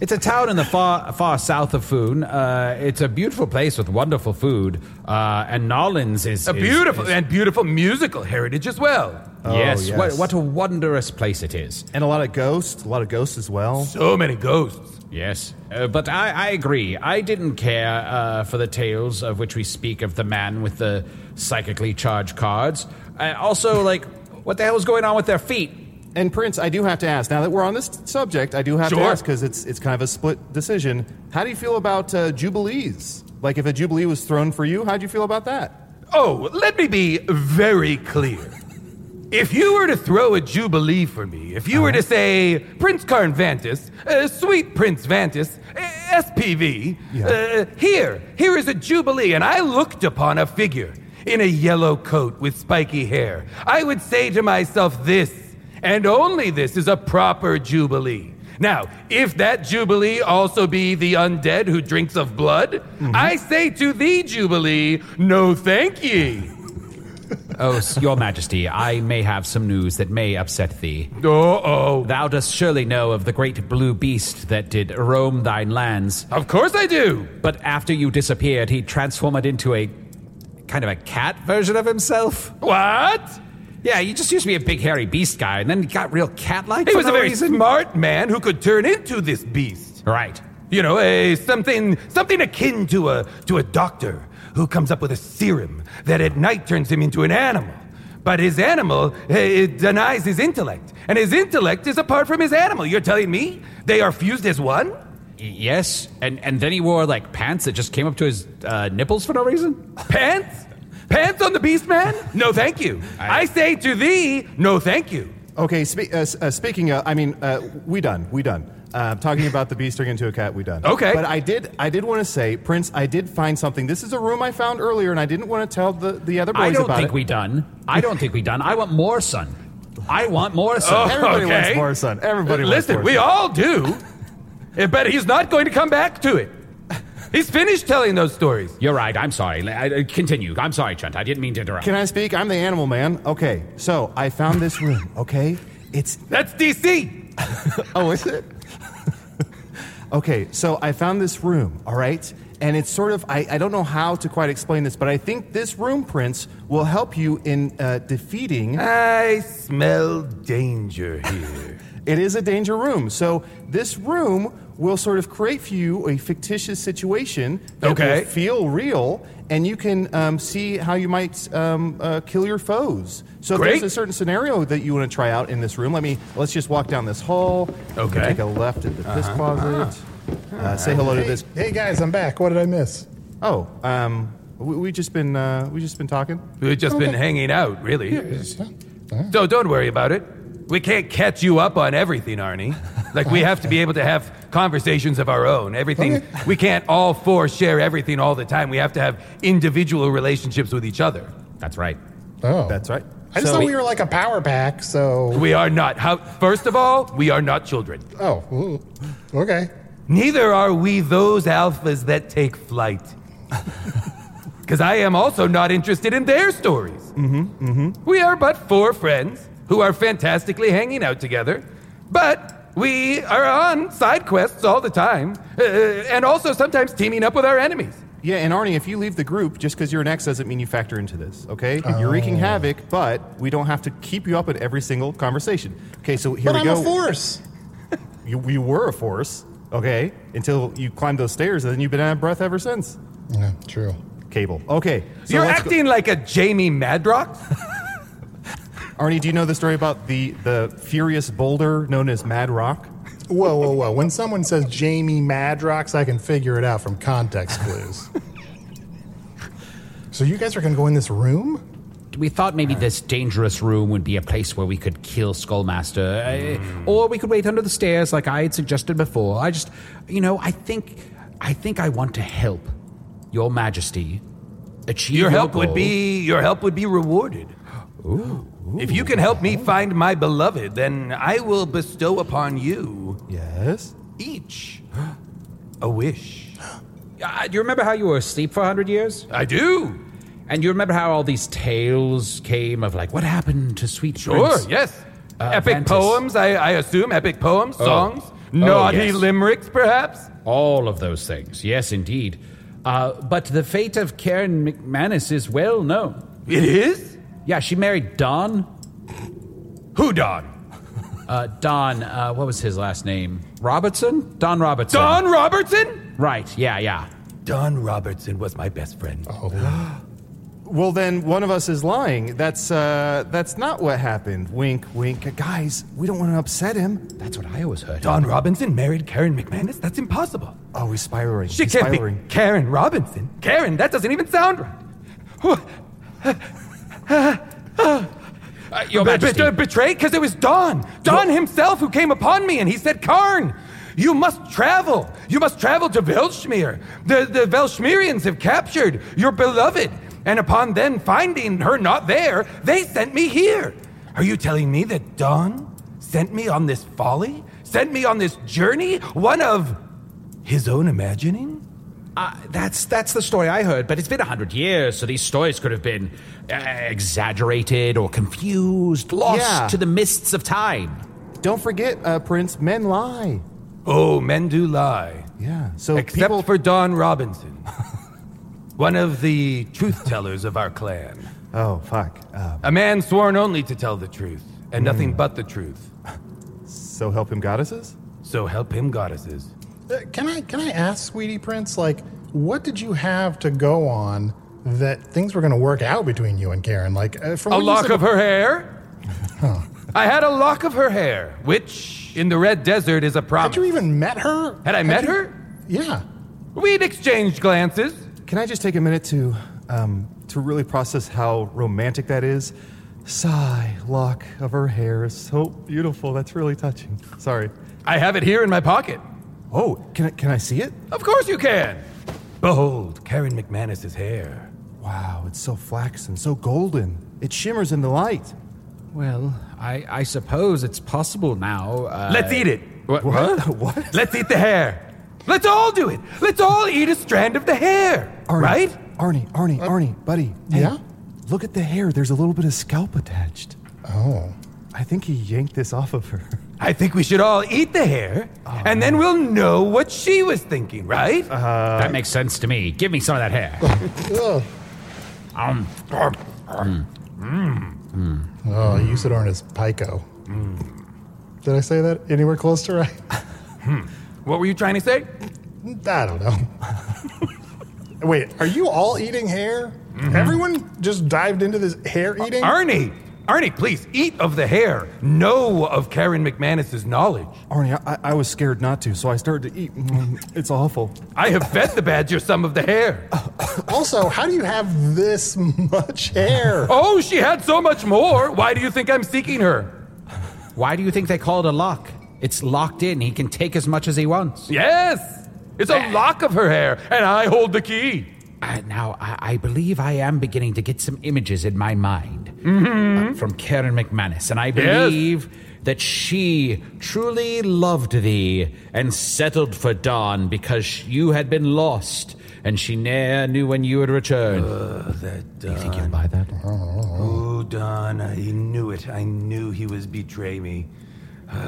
D: It's a town in the far far south of Foon. Uh, it's a beautiful place with wonderful food, uh, and Nolans is
E: A
D: is-
E: beautiful
D: is-
E: and beautiful musical heritage as well.
D: yes,
C: Oh, yes.
D: What, what a wondrous place it is.
C: And a lot of ghosts, a lot of ghosts as well.
E: So many ghosts.
D: Yes, uh, but I, I agree. I didn't care uh, for the tales of which we speak of the man with the psychically charged cards. Uh, also, like, what the hell is going on with their feet?
C: And Prince, I do have to ask. Now that we're on this subject, I do have to
E: Sure.
C: ask because it's it's kind of a split decision. How do you feel about uh, jubilees? Like if a jubilee was thrown for you, how do you feel about that?
E: Oh, let me be very clear. If you were to throw a jubilee for me, if you were to say Prince Karn Vantis, uh, sweet Prince Vantis, uh, SPV, uh, here, here is a jubilee, and I looked upon a figure in a yellow coat with spiky hair, I would say to myself, this and only this is a proper jubilee. Now, if that jubilee also be the undead who drinks of blood, I say to thee, jubilee, no thank ye.
D: Oh, s- your majesty, I may have some news that may upset thee.
E: Uh oh.
D: Thou dost surely know of the great blue beast that did roam thine lands,
E: Of course I do.
D: but after you disappeared, he transformed into a kind of a cat version of himself.
E: What?
D: Yeah, he just used to be a big hairy beast guy, and then he got real cat-like.
E: He
D: for
E: was a
D: no
E: very
D: reason.
E: smart man who could turn into this beast.
D: right.
E: You know, a something something akin to a to a doctor who comes up with a serum that at night turns him into an animal. But his animal eh, it denies his intellect, and his intellect is apart from his animal. You're telling me they are fused as one?
D: Yes, and and then he wore like pants that just came up to his uh, nipples for no reason.
E: Pants? Pants on the beast man? No, thank you. I, say to thee, no, thank you.
C: Okay, spe- uh, s- uh, speaking of, I mean, uh, we done, we done. Uh, talking about the beast turning into a cat, we done.
E: Okay.
C: But I did, I did want to say, Prince, I did find something. This is a room I found earlier, and I didn't want to tell the, the other boys
D: I don't
C: about
D: think
C: it.
D: we done. I don't think we done. I want more sun. I want more sun.
E: Oh.
C: Everybody
E: Okay.
C: wants more sun. Everybody wants
E: Listen,
C: more
E: we
C: sun.
E: all do. Eh, But he's not going to come back to it. He's finished telling those stories.
D: You're right. I'm sorry. I- I- Continue. I'm sorry, Trent. I didn't mean to interrupt.
C: Can I speak? I'm the animal man. Okay, so I found this room, okay? It's.
E: That's DC.
C: Oh, is it? okay, so I found this room, all right? And it's sort of, I, I don't know how to quite explain this, but I think this room, Prince, will help you in uh, defeating.
E: I smell danger here.
C: It is a danger room. So this room will sort of create for you a fictitious situation that
E: Okay.
C: will feel real, and you can um, see how you might um, uh, kill your foes. So if
E: Great.
C: there's a certain scenario that you want to try out in this room, let me let's just walk down this hall. We can
E: Okay. Uh-huh. Ah.
C: Take a left at the, this closet. Uh, say hello to
B: Hey,
C: this.
B: hey guys, I'm back. What did I miss?
C: Oh, um, we, we just been uh, we just been talking.
E: We've just been hanging out, really. So don't worry about it. We can't catch you up on everything, Arnie. Like, we have to be able to have conversations of our own. Everything,
B: Okay.
E: we can't all four share everything all the time. We have to have individual relationships with each other.
D: That's right.
B: Oh,
C: That's right.
B: I just
C: So-
B: thought we were like a power pack. So
E: We are not. How, first of all, we are not children.
B: oh, ooh, okay.
E: Neither are we those alphas that take flight. Because I am also not interested in their stories. Mm-hmm, mm-hmm. We are but four friends who are fantastically hanging out together, but we are on side quests all the time, uh, and also sometimes teaming up with our enemies.
C: Yeah, and Arnie, if you leave the group, just because you're an ex doesn't mean you factor into this, okay? You're
B: Oh.
C: wreaking havoc, but we don't have to keep you up at every single conversation. Okay, so here
B: but
C: we
B: I'm
C: go.
B: a force.
C: You, you were a force, okay? Until you climbed those stairs, and then you've been out of breath ever since.
B: Yeah, true.
C: Cable. Okay. so
E: You're
C: let's go-
E: acting like a Jamie Madrox?
C: Arnie, do you know the story about the, the furious boulder known as Mad Rock?
B: Whoa, whoa, whoa! When someone says Jamie Madrox, I can figure it out from context clues. so you guys are gonna go in this room?
D: We thought maybe this dangerous room would be a place where we could kill Skullmaster, uh, or we could wait under the stairs, like I had suggested before. I just, you know, I think, I think I want to help Your Majesty achieve
E: Your help would
D: goal.
E: be your help would be rewarded. If you can help me find my beloved, then I will bestow upon you
C: Yes.
E: each a wish.
D: Uh, do you remember how you were asleep for a hundred years?
E: I do.
D: And you remember how all these tales came of like what happened to Sweet
E: Sure.
D: Prince?
E: Yes.
D: Uh, Oh.
E: epic
D: Ventus.
E: poems. I, I assume epic poems, songs, naughty
D: yes.
E: limericks, perhaps.
D: All of those things. Yes, indeed. Uh, but the fate of Karen McManus is well known.
E: It is.
D: Yeah, she married Don.
E: Who Don?
D: Uh, Don, uh, what was his last name? Robertson? Don Robertson.
E: Don Robertson.
D: Right, yeah, yeah.
E: Don Robertson was my best friend.
C: Well, then one of us is lying. That's uh, that's not what happened. Wink, wink. Guys, we don't want to upset him.
D: That's what I always heard.
E: Don Robinson married Karen McManus. That's impossible.
C: Oh, he's spiraling.
E: She
C: he's
E: can't
C: spiraling.
E: be Karen Robinson. Karen, that doesn't even sound right. Wha-
D: Uh, Your
E: Be- be-
D: Majesty.
E: betrayed because it was Don. Don himself who came upon me and he said, Karn, you must travel. You must travel to Velshmir. The, the Velshmirians have captured your beloved. And upon them finding her not there, they sent me here. Are you telling me that Don sent me on this folly? Sent me on this journey? One of his own imagining?
D: Uh, that's that's the story I heard, but it's been a hundred years, so these stories could have been uh, exaggerated or confused, lost
C: Yeah.
D: to the mists of time.
C: Don't forget, uh, Prince, men lie.
E: Oh, men do lie.
C: Yeah. So
E: Except
C: people,
E: for Don Robinson, one of the truth tellers of our clan.
C: oh fuck, uh, Hmm.
E: A man sworn only to tell the truth and nothing but the truth.
C: so help him goddesses.
E: So help him, goddesses.
B: Uh, Can I can I ask, Sweetie Prince, like, what did you have to go on that things were going to work out between you and Karen? Like, uh, from
E: A
B: what you
E: lock
B: said-
E: of her hair? I had a lock of her hair, which in the Red Desert is a
B: Had you
E: promise.
B: even met her?
E: Had I met
B: you-
E: her?
B: Yeah.
E: We'd exchanged glances.
C: Can I just take a minute to um, to really process how romantic that is? Sigh, lock of her hair is so beautiful. That's really touching. Sorry.
E: I have it here in my pocket.
C: Oh, can I can I see it?
E: Of course you can. Behold, Karen McManus's hair.
C: Wow, it's so flaxen, so golden. It shimmers in the light.
D: Well, I, I suppose it's possible now. Uh,
E: Let's eat it.
D: What?
C: what?
E: Let's eat the hair. Let's all do it. Let's all eat a strand of the hair.
C: Arnie,
E: Right?
C: Arnie, Arnie, Arnie, buddy. Hey,
B: yeah?
C: Look at the hair. There's a little bit of scalp attached.
B: Oh.
C: I think he yanked this off of her.
E: I think we should all eat the hair,
C: Ah.
E: and then we'll know what she was thinking, right?
C: Uh-huh.
D: that makes sense to me. Give me some of that hair.
B: Ugh.
D: um, um, um.
B: Mm. Oh, you said Arn is Pico.
E: Mm.
B: Did I say that anywhere close to right?
E: What were you trying to say?
B: I don't know. Wait, are you all eating hair?
C: Mm-hmm.
B: Everyone just dived into this hair
C: Uh,
B: eating?
E: Arnie! Arnie, please, eat of the hair. Know of Karen McManus's knowledge.
C: Arnie, I, I was scared not to, so I started to eat. Mm, It's awful.
E: I have fed the badger some of the hair.
B: also, how do you have this much hair?
E: Oh, she had so much more. Why do you think I'm seeking her?
D: Why do you think they call it a lock? It's locked in. He can take as much as he wants.
E: Yes! It's a lock of her hair, and I hold the key.
D: Uh, now, I, I believe I am beginning to get some images in my mind
E: Mm-hmm.
D: uh, from Karen McManus, and I believe that she truly loved thee and settled for Don because you had been lost, and she ne'er knew when you would return. Do you think you'll buy that?
E: Oh, Don, I knew it. I knew he was betray me. Uh,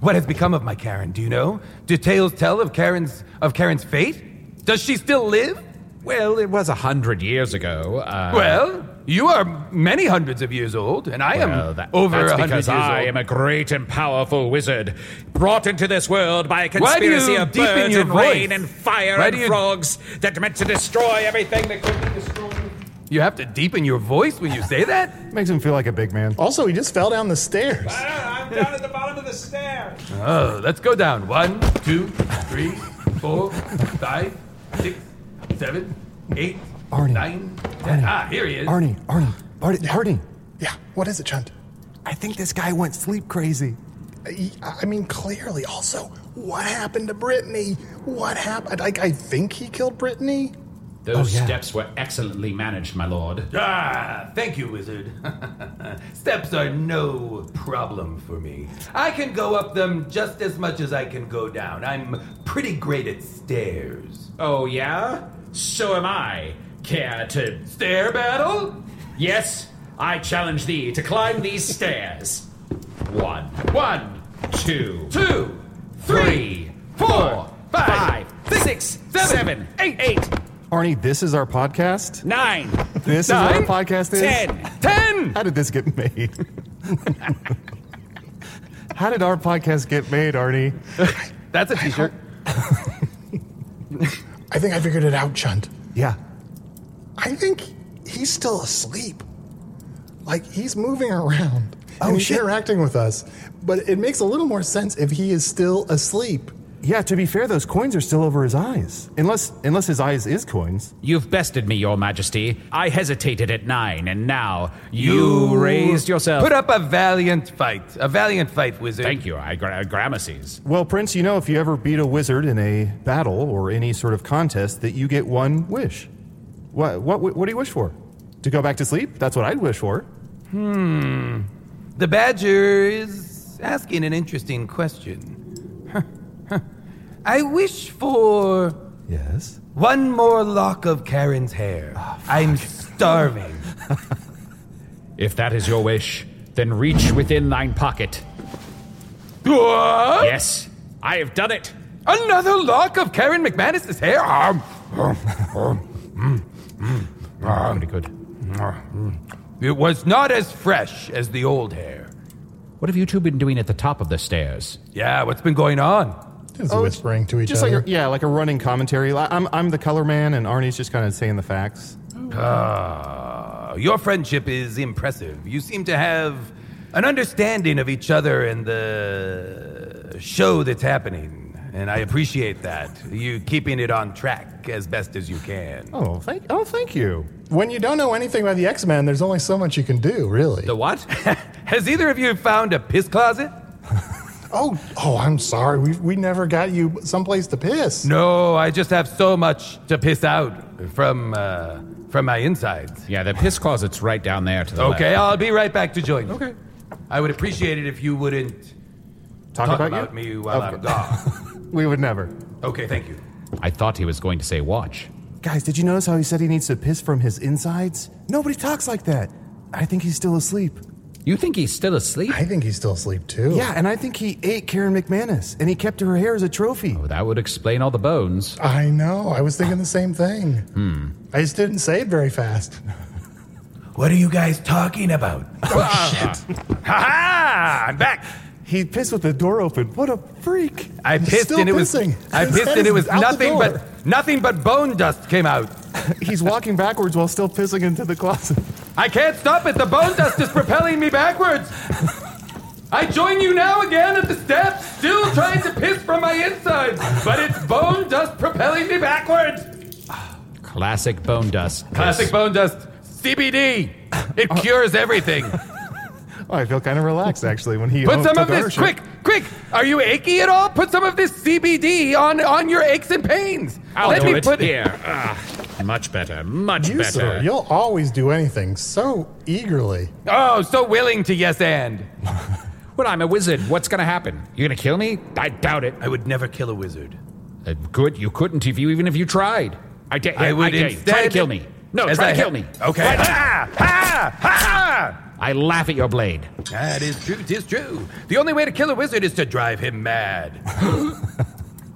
E: what has become of my Karen? Do you know? Do tales tell of Karen's of Karen's fate? Does she still live?
D: Well, it was a hundred years ago. Uh,
E: well, you are many hundreds of years old, and I
D: Well,
E: am
D: that-
E: over a
D: that's
E: hundred
D: because
E: years
D: I
E: old.
D: am a great and powerful wizard, brought into this world by a
E: Why do you
D: conspiracy of
E: deepen
D: birds
E: your
D: and
E: voice?
D: rain and fire
E: Why
D: and
E: do you-
D: frogs that meant to destroy everything that could be destroyed.
E: you have to deepen your voice when you say that.
C: Makes him feel like a big man.
B: Also, he just fell down the stairs.
D: I'm down at the bottom of the stairs.
E: Oh, let's go down. One, two, three, four, five, six, seven, eight,
C: Arnie.
E: nine, ten.
C: Arnie.
E: Ah, here he is.
C: Arnie, Arnie, Arnie, Arnie.
B: Yeah, what is it, Chunt?
C: I think this guy went sleep crazy.
B: I I mean, clearly. Also, what happened to Brittany? What happened? Like, I think he killed Brittany.
D: Those
E: Oh,
C: yeah.
D: steps were excellently managed, my lord.
E: Ah, thank you, wizard. Steps are no problem for me. I can go up them just as much as I can go down. I'm pretty great at stairs.
D: Oh, yeah? So am I. Care to.
E: Stair battle?
D: Yes, I challenge thee to climb these stairs. One, one, two,
E: Two,
D: three, four, five, six, seven,
E: seven,
D: eight, eight,
C: Arnie, this is our podcast.
D: nine,
C: This
D: nine,
C: is what our podcast is.
D: ten.
E: ten!
C: How did this get made? How did our podcast get made, Arnie?
E: That's a t shirt.
B: I think I figured it out, Chunt.
C: Yeah.
B: I think he's still asleep. Like, he's moving around and he's
C: Oh, shit.
B: interacting with us. But it makes a little more sense if he is still asleep.
C: Yeah, to be fair, those coins are still over his eyes. Unless unless his eyes is coins.
D: You've bested me, Your Majesty. I hesitated at nine, and now you, raised yourself.
E: Put up a valiant fight. A valiant fight, wizard.
D: Thank you. I gra- Gramercy's.
C: Well, Prince, you know if you ever beat a wizard in a battle or any sort of contest that you get one wish. What what what do you wish for? To go back to sleep? That's what I'd wish for.
E: Hmm. The badger is asking an interesting question. I wish for
C: Yes.
E: one more lock of Karen's hair.
D: Ah,
E: I'm starving.
D: If that is your wish, then reach within thine pocket.
E: What?
D: Yes, I have done it.
E: Another lock of Karen McManus's hair? Um, mm, um.
D: Pretty good.
E: it was not as fresh as the old hair.
D: What have you two been doing at the top of the stairs?
E: Yeah, what's been going on?
B: Just whispering to each
C: Just
B: other.
C: like a, yeah, like a running commentary. Li- I'm I'm the color man, and Arnie's just kind of saying the facts.
E: Ah, your friendship is impressive. You seem to have an understanding of each other and the show that's happening, and I appreciate that. You keeping it on track as best as you can.
C: Oh, thank oh thank you.
B: when you don't know anything about the X Men, there's only so much you can do, really.
D: The what?
E: Has either of you found a piss closet?
B: Oh, oh, I'm sorry. We, we never got you someplace to piss.
E: No, I just have so much to piss out from uh, from my insides.
D: yeah, the piss closet's right down there to the
E: Okay,
D: left.
E: I'll be right back to join you. Okay. I would appreciate it if you wouldn't
C: Talk,
E: Talk
C: about,
E: about me
C: you?
E: while
C: Of
E: I'm
C: cour- we would never.
E: Okay, thank you.
D: I thought he was going to say watch.
C: Guys, did you notice how he said he needs to piss from his insides? Nobody talks like that. I think he's still asleep.
D: You think he's still asleep?
B: I think he's still asleep too.
C: Yeah, and I think he ate Karen McManus, and he kept her hair as a trophy.
D: Well, that would explain all the bones.
B: I know. I was thinking the same thing. Hmm. I just didn't say it very fast.
E: What are you guys talking about?
B: Oh, shit.
E: Ha ha! I'm back.
C: He pissed with the door open. What a freak!
E: I
B: He's
E: pissed
B: still
E: and it was
B: pissing.
E: I
B: His
E: pissed
B: head
E: and it
B: is
E: was
B: out the
E: nothing
B: door.
E: but nothing but bone dust came out.
C: He's walking backwards while still pissing into the closet.
E: I can't stop it. The bone dust is propelling me backwards. I join you now again at the steps, still trying to piss from my insides, but it's bone dust propelling me backwards.
D: Classic bone dust.
E: Classic
D: Yes.
E: bone dust, CBD.
C: Uh,
E: It cures everything.
C: Oh, I feel kind of relaxed actually when he
E: Put
C: owned-
E: some
C: took
E: of this,
C: ownership.
E: quick, quick. Are you achy at all? Put some of this CBD on on your aches and pains.
D: I'll
E: Let
D: do
E: me
D: it
E: put
D: here. Ah, much better. Much
B: You,
D: better.
B: sir, you'll always do anything so eagerly.
E: Oh, so willing to yes and.
D: Well, I'm a wizard. What's going to happen? You're going to kill me? I doubt it.
E: would never kill a wizard.
D: Uh, good, you couldn't if you even if you tried. I dare.
E: I would
D: dare you. Try to
E: instead-
D: kill me. No,
E: As
D: try
E: I
D: to kill
E: ha-
D: me.
E: Okay.
D: Why not?
E: Ah, ah, ah.
D: I laugh at your blade.
E: That is true, tis true. The only way to kill a wizard is to drive him mad.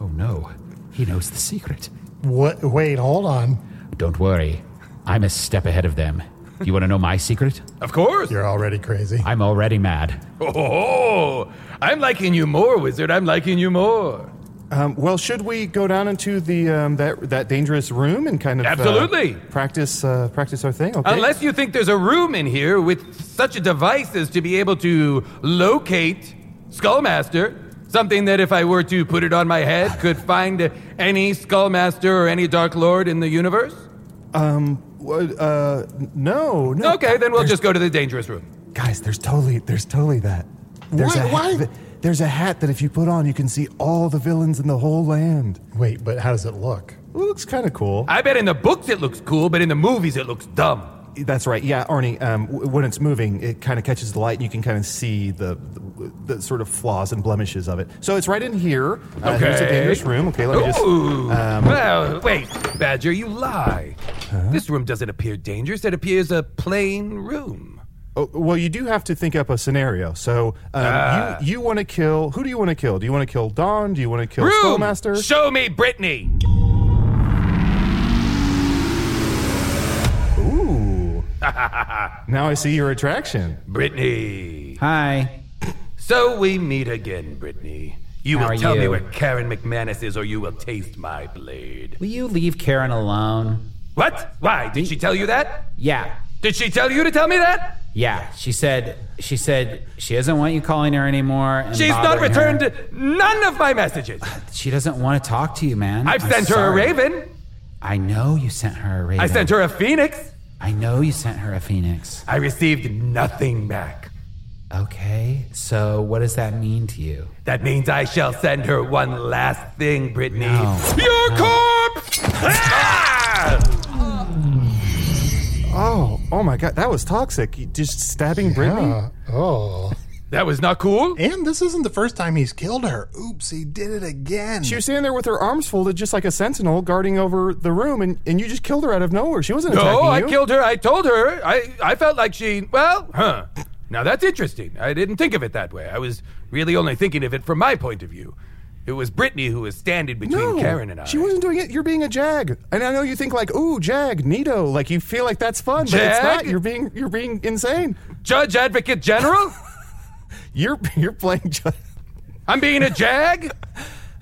D: Oh no, he knows the secret.
B: What? Wait, hold on.
D: Don't worry, I'm a step ahead of them. You want to know my secret?
E: Of course.
B: You're already crazy.
D: I'm already mad.
E: Oh, I'm liking you more, wizard. I'm liking you more.
C: Um, well, should we go down into the um, that that dangerous room and kind of uh,
E: Absolutely.
C: practice uh, practice our thing? Okay.
E: Unless you think there's a room in here with such a device as to be able to locate Skullmaster, something that if I were to put it on my head could find any Skullmaster or any Dark Lord in the universe.
C: Um, What, uh, no, no.
E: Okay, then we'll just go to the dangerous room.
C: Guys, there's totally there's totally that. There's
B: Why-
C: a hat
B: why-
C: that- there's a hat that if you put on, you can see all the villains in the whole land.
B: Wait, but how does it look?
C: Well, it looks kind of cool.
E: I bet in the books it looks cool, but in the movies it looks dumb.
C: That's right. Yeah, Arnie. Um, w- when it's moving, it kind of catches the light, and you can kind of see the, the the sort of flaws and blemishes of it. So it's right in here. Uh, Here's a
E: Okay.
C: dangerous room. Okay, let me just. um,
E: Ooh. well, wait, Badger, you lie. This room doesn't appear dangerous. It appears a plain room.
C: Oh, well, you do have to think up a scenario. So um,
E: Ah.
C: you you want to kill? Who do you want to kill? Do you want to kill Dawn? Do you want to kill
E: Room.
C: Skullmaster?
E: Show me, Brittany.
C: Ooh. now I see your attraction.
E: Brittany.
D: Hi.
E: So we meet again, Brittany. You
D: How
E: will
D: are
E: tell me
D: you?
E: where Karen McManus is, or you will taste my blade.
D: Will you leave Karen alone?
E: What? Why? Did she tell you that?
D: Yeah.
E: Did she tell you to tell me that?
D: Yeah. She said. She said she doesn't want you calling her anymore. and
E: She's not
D: bothering her.
E: returned none of my messages.
D: She doesn't want to talk to you, man.
E: I've
D: I'm
E: sent her
D: sorry.
E: a raven.
D: I know you sent her a raven.
E: I sent her a phoenix.
D: I know you sent her a phoenix.
E: I received nothing back.
D: Okay. So what does that mean to you?
E: That means I shall send her one last thing, Brittany.
D: No.
E: Your corpse! Ah!
C: Oh, oh my God, that was toxic. You- Just stabbing Brittany.
B: Uh, oh.
E: That was not cool.
B: And this isn't the first time he's killed her. Oops, he did it again.
C: She was standing there with her arms folded, just like a sentinel guarding over the room, and, and you just killed her out of nowhere. She wasn't
E: No,
C: attacking
E: I
C: you.
E: killed her. I told her. I, I felt like she. Well, huh. Now that's interesting. I didn't think of it that way. I was really only thinking of it from my point of view. It was Brittany who was standing between
C: No,
E: Karen and I.
C: she wasn't doing it. You're being a jag, and I know you think like, "Ooh, jag, Nito," like you feel like that's fun, but it's
E: Jag?
C: not. You're being you're being insane.
E: Judge Advocate General?
C: You're you're playing. Jag.
E: I'm being a jag?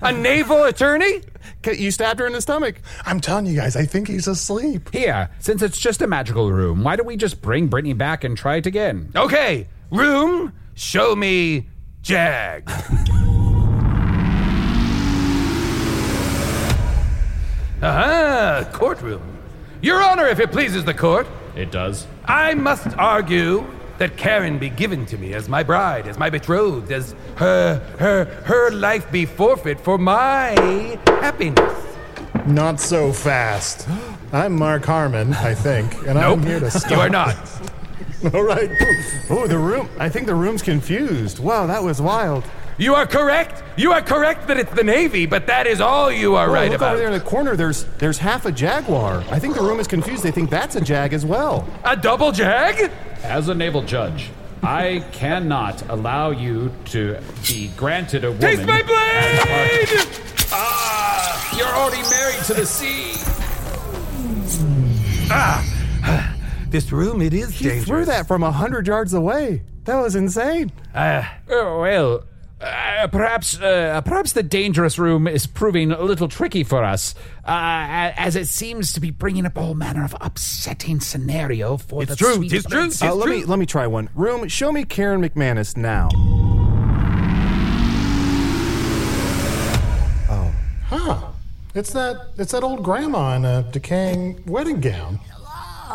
E: A naval attorney?
C: You stabbed her in the stomach.
B: I'm telling you guys, I think he's asleep.
D: Here, since it's just a magical room, why don't we just bring Brittany back and try it again?
E: Okay, room, show me jag. Aha, courtroom. Your Honor, if it pleases the court,
D: It does.
E: I must argue that Karen be given to me as my bride, as my betrothed, as her her her life be forfeit for my happiness.
B: Not so fast. I'm Mark Harmon, I think, and I'm here to stop.
E: you are not.
B: All right. poof.
C: Oh, the room. I think the room's confused. Wow, that was wild.
E: You are correct. You are correct that it's the Navy, but that is all you are
C: Whoa,
E: right
C: look
E: about.
C: over there in the corner. There's there's half a jaguar. I think the room is confused. They think that's a jag as well.
E: A double jag?
H: As a naval judge, I cannot allow you to be granted a woman.
E: Taste my blade!
H: Ah, you're already married to the sea.
E: This Ah! room, it is
C: He
E: dangerous.
C: threw that from a hundred yards away. That was insane.
H: Oh, well, uh, perhaps, uh, perhaps the dangerous room is proving a little tricky for us, uh, a- as it seems to be bringing up all manner of upsetting scenario for
E: It's
H: the
E: true,
H: sweet
E: it's true.
H: prince.
C: Uh, let
E: true.
C: me let me try one. Room, show me Karen McManus now.
B: Huh. It's that it's that old grandma in a decaying wedding gown.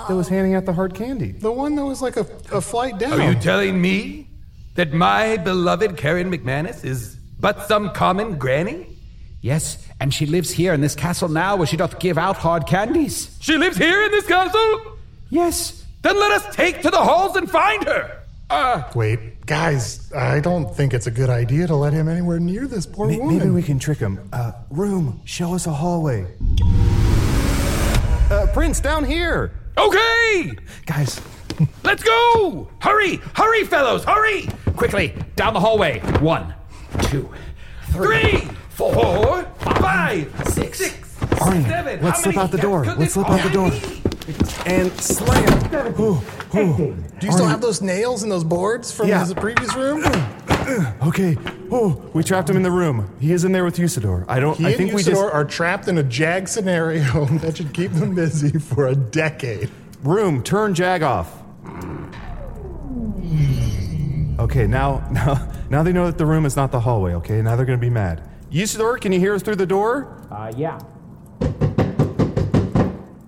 C: That was handing out the hard candy.
B: The one that was like a, a flight down.
E: Are you telling me that my beloved Karen McManus is but some common granny?
D: Yes, and she lives here in this castle now where she doth give out hard candies.
E: She lives here in this castle?
D: Yes,
E: Then let us take to the halls and find her! Uh,
B: Wait, guys, I don't think it's a good idea to let him anywhere near this poor
C: May-
B: woman.
C: maybe we can trick him. Uh, room, show us a hallway. Uh, Prince, down here,
E: okay!
C: guys.
E: Let's go! Hurry! Hurry, fellows! Hurry!
D: quickly, down the hallway. One, two,
E: Three,
D: three,
E: four, five,
D: six.
E: six,
C: Arnie,
E: seven.
C: let's
E: How
C: slip
E: many
C: out the
E: steps
C: door.
E: could
C: Let's
E: this
C: slip out the door.
E: be?
C: and slam. Ooh, ooh.
B: Do you still have those nails and those boards from
C: Yeah.
B: his previous room?
C: Okay. Oh, we trapped him in the room. He is in there with Usador. I don't.
B: He
C: I
B: and
C: think
B: Usador
C: we just
B: are trapped in a jag scenario that should keep them busy for a decade.
C: room turn Jag off. Okay, now now now they know that the room is not the hallway. Okay, now they're gonna be mad. Usador, can you hear us through the door?
H: Uh, yeah.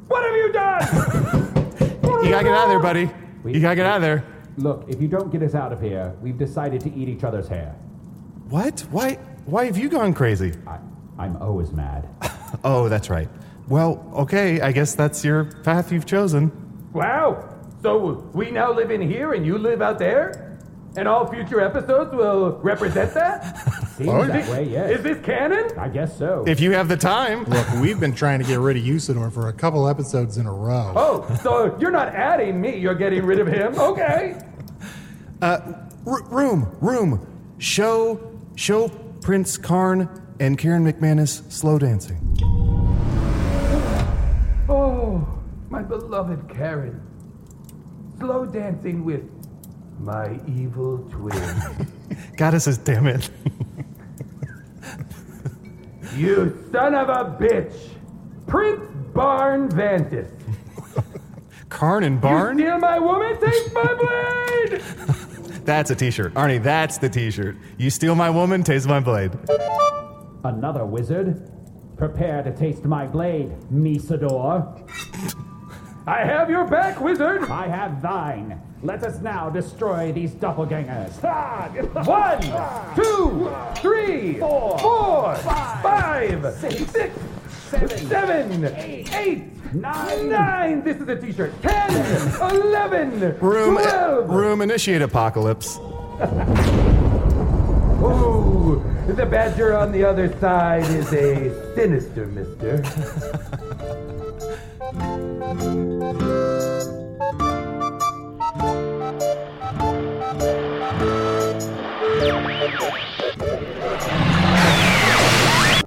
E: What have you done?
C: You gotta get out of there, buddy. You gotta get out of there.
H: Look, if you don't get us out of here, we've decided to eat each other's hair.
C: What? Why? Why have you gone crazy?
H: I, I'm always mad.
C: Oh, that's right. Well, okay, I guess that's your path you've chosen.
E: wow! So we now live in here and you live out there? And all future episodes will represent that?
H: Seems
B: Oh,
H: that way, yes.
E: Is this canon?
H: I guess so.
C: If you have the time.
B: Look, we've been trying to get rid of Usador for a couple episodes in a row.
E: Oh, so you're not adding me, you're getting rid of him? Okay.
C: Uh, R- room, room. Show, show Prince Karn and Karen McManus slow dancing.
E: Oh, my beloved Karen. Slow dancing with my evil twin.
C: Goddesses, damn it.
E: you son of a bitch! Prince Barn Vantis.
C: Karn and
E: You
C: Barn?
E: steal my woman, take my blade!
C: That's a t shirt. Arnie, that's the t shirt. You steal my woman, taste my blade.
H: Another wizard? Prepare to taste my blade, Misador.
E: I have your back, wizard!
H: I have thine. Let us now destroy these doppelgangers.
E: One, two, three, four, five, six, seven, eight,
H: nine.
E: nine. This is a t-shirt. Ten, eleven,
C: Room,
E: twelve.
C: room, initiate apocalypse.
E: Ooh, the badger on the other side is a sinister mister.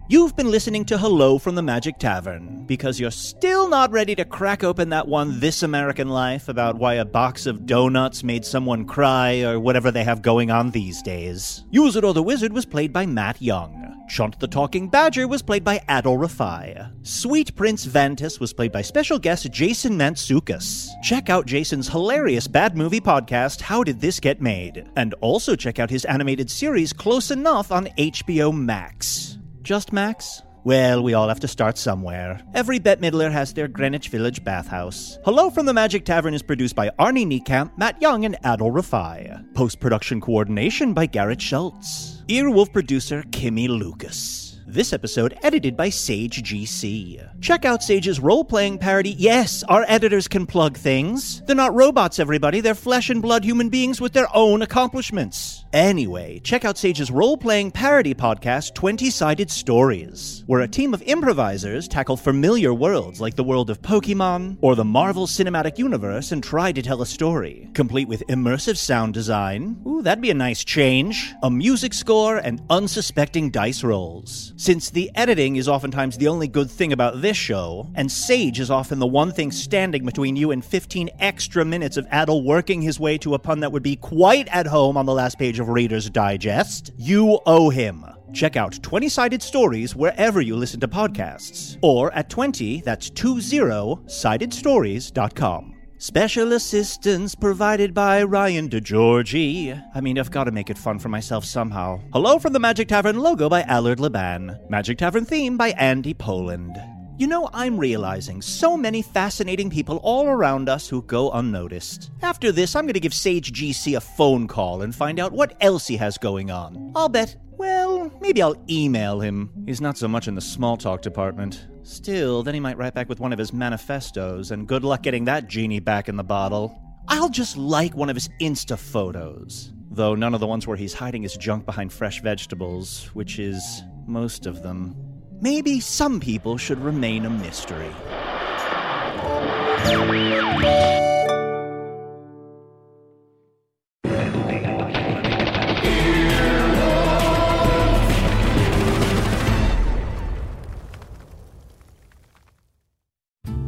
A: You've been listening to Hello from the Magic Tavern because you're still not ready to crack open that one This American Life about why a box of donuts made someone cry or whatever they have going on these days. Use It or the Wizard was played by Matt Young. Chunt the Talking Badger was played by Adol Rafai. Sweet Prince Vantis was played by special guest Jason Mansukas. Check out Jason's hilarious bad movie podcast, How Did This Get Made? And also check out his animated series, Close Enough, on HBO Max. Just Max? Well, we all have to start somewhere. Every Bette Midler has their Greenwich Village bathhouse. Hello from the Magic Tavern is produced by Arnie Niekamp, Matt Young, and Adol Rafai. Post production coordination by Garrett Schultz. Earwolf producer Kimmy Lucas. This episode edited by Sage GC. Check out Sage's role playing parody. Yes, our editors can plug things. They're not robots, everybody. They're flesh and blood human beings with their own accomplishments. Anyway, check out Sage's role playing parody podcast, 20 Sided Stories, where a team of improvisers tackle familiar worlds like the world of Pokemon or the Marvel Cinematic Universe and try to tell a story, complete with immersive sound design. Ooh, that'd be a nice change. A music score and unsuspecting dice rolls. Since the editing is oftentimes the only good thing about this show, and Sage is often the one thing standing between you and 15 extra minutes of Adel working his way to a pun that would be quite at home on the last page of Reader's Digest, you owe him. Check out 20 Sided Stories wherever you listen to podcasts, or at 20, that's 20sidedstories.com. Special assistance provided by Ryan DeGiorgi. I mean, I've got to make it fun for myself somehow. Hello from the Magic Tavern logo by Allard Leban. Magic Tavern theme by Andy Poland. You know, I'm realizing so many fascinating people all around us who go unnoticed. After this, I'm going to give Sage GC a phone call and find out what else he has going on. I'll bet, well, maybe I'll email him. He's not so much in the small talk department. Still, then he might write back with one of his manifestos, and good luck getting that genie back in the bottle. I'll just like one of his Insta photos. Though none of the ones where he's hiding his junk behind fresh vegetables, which is most of them. Maybe some people should remain a mystery.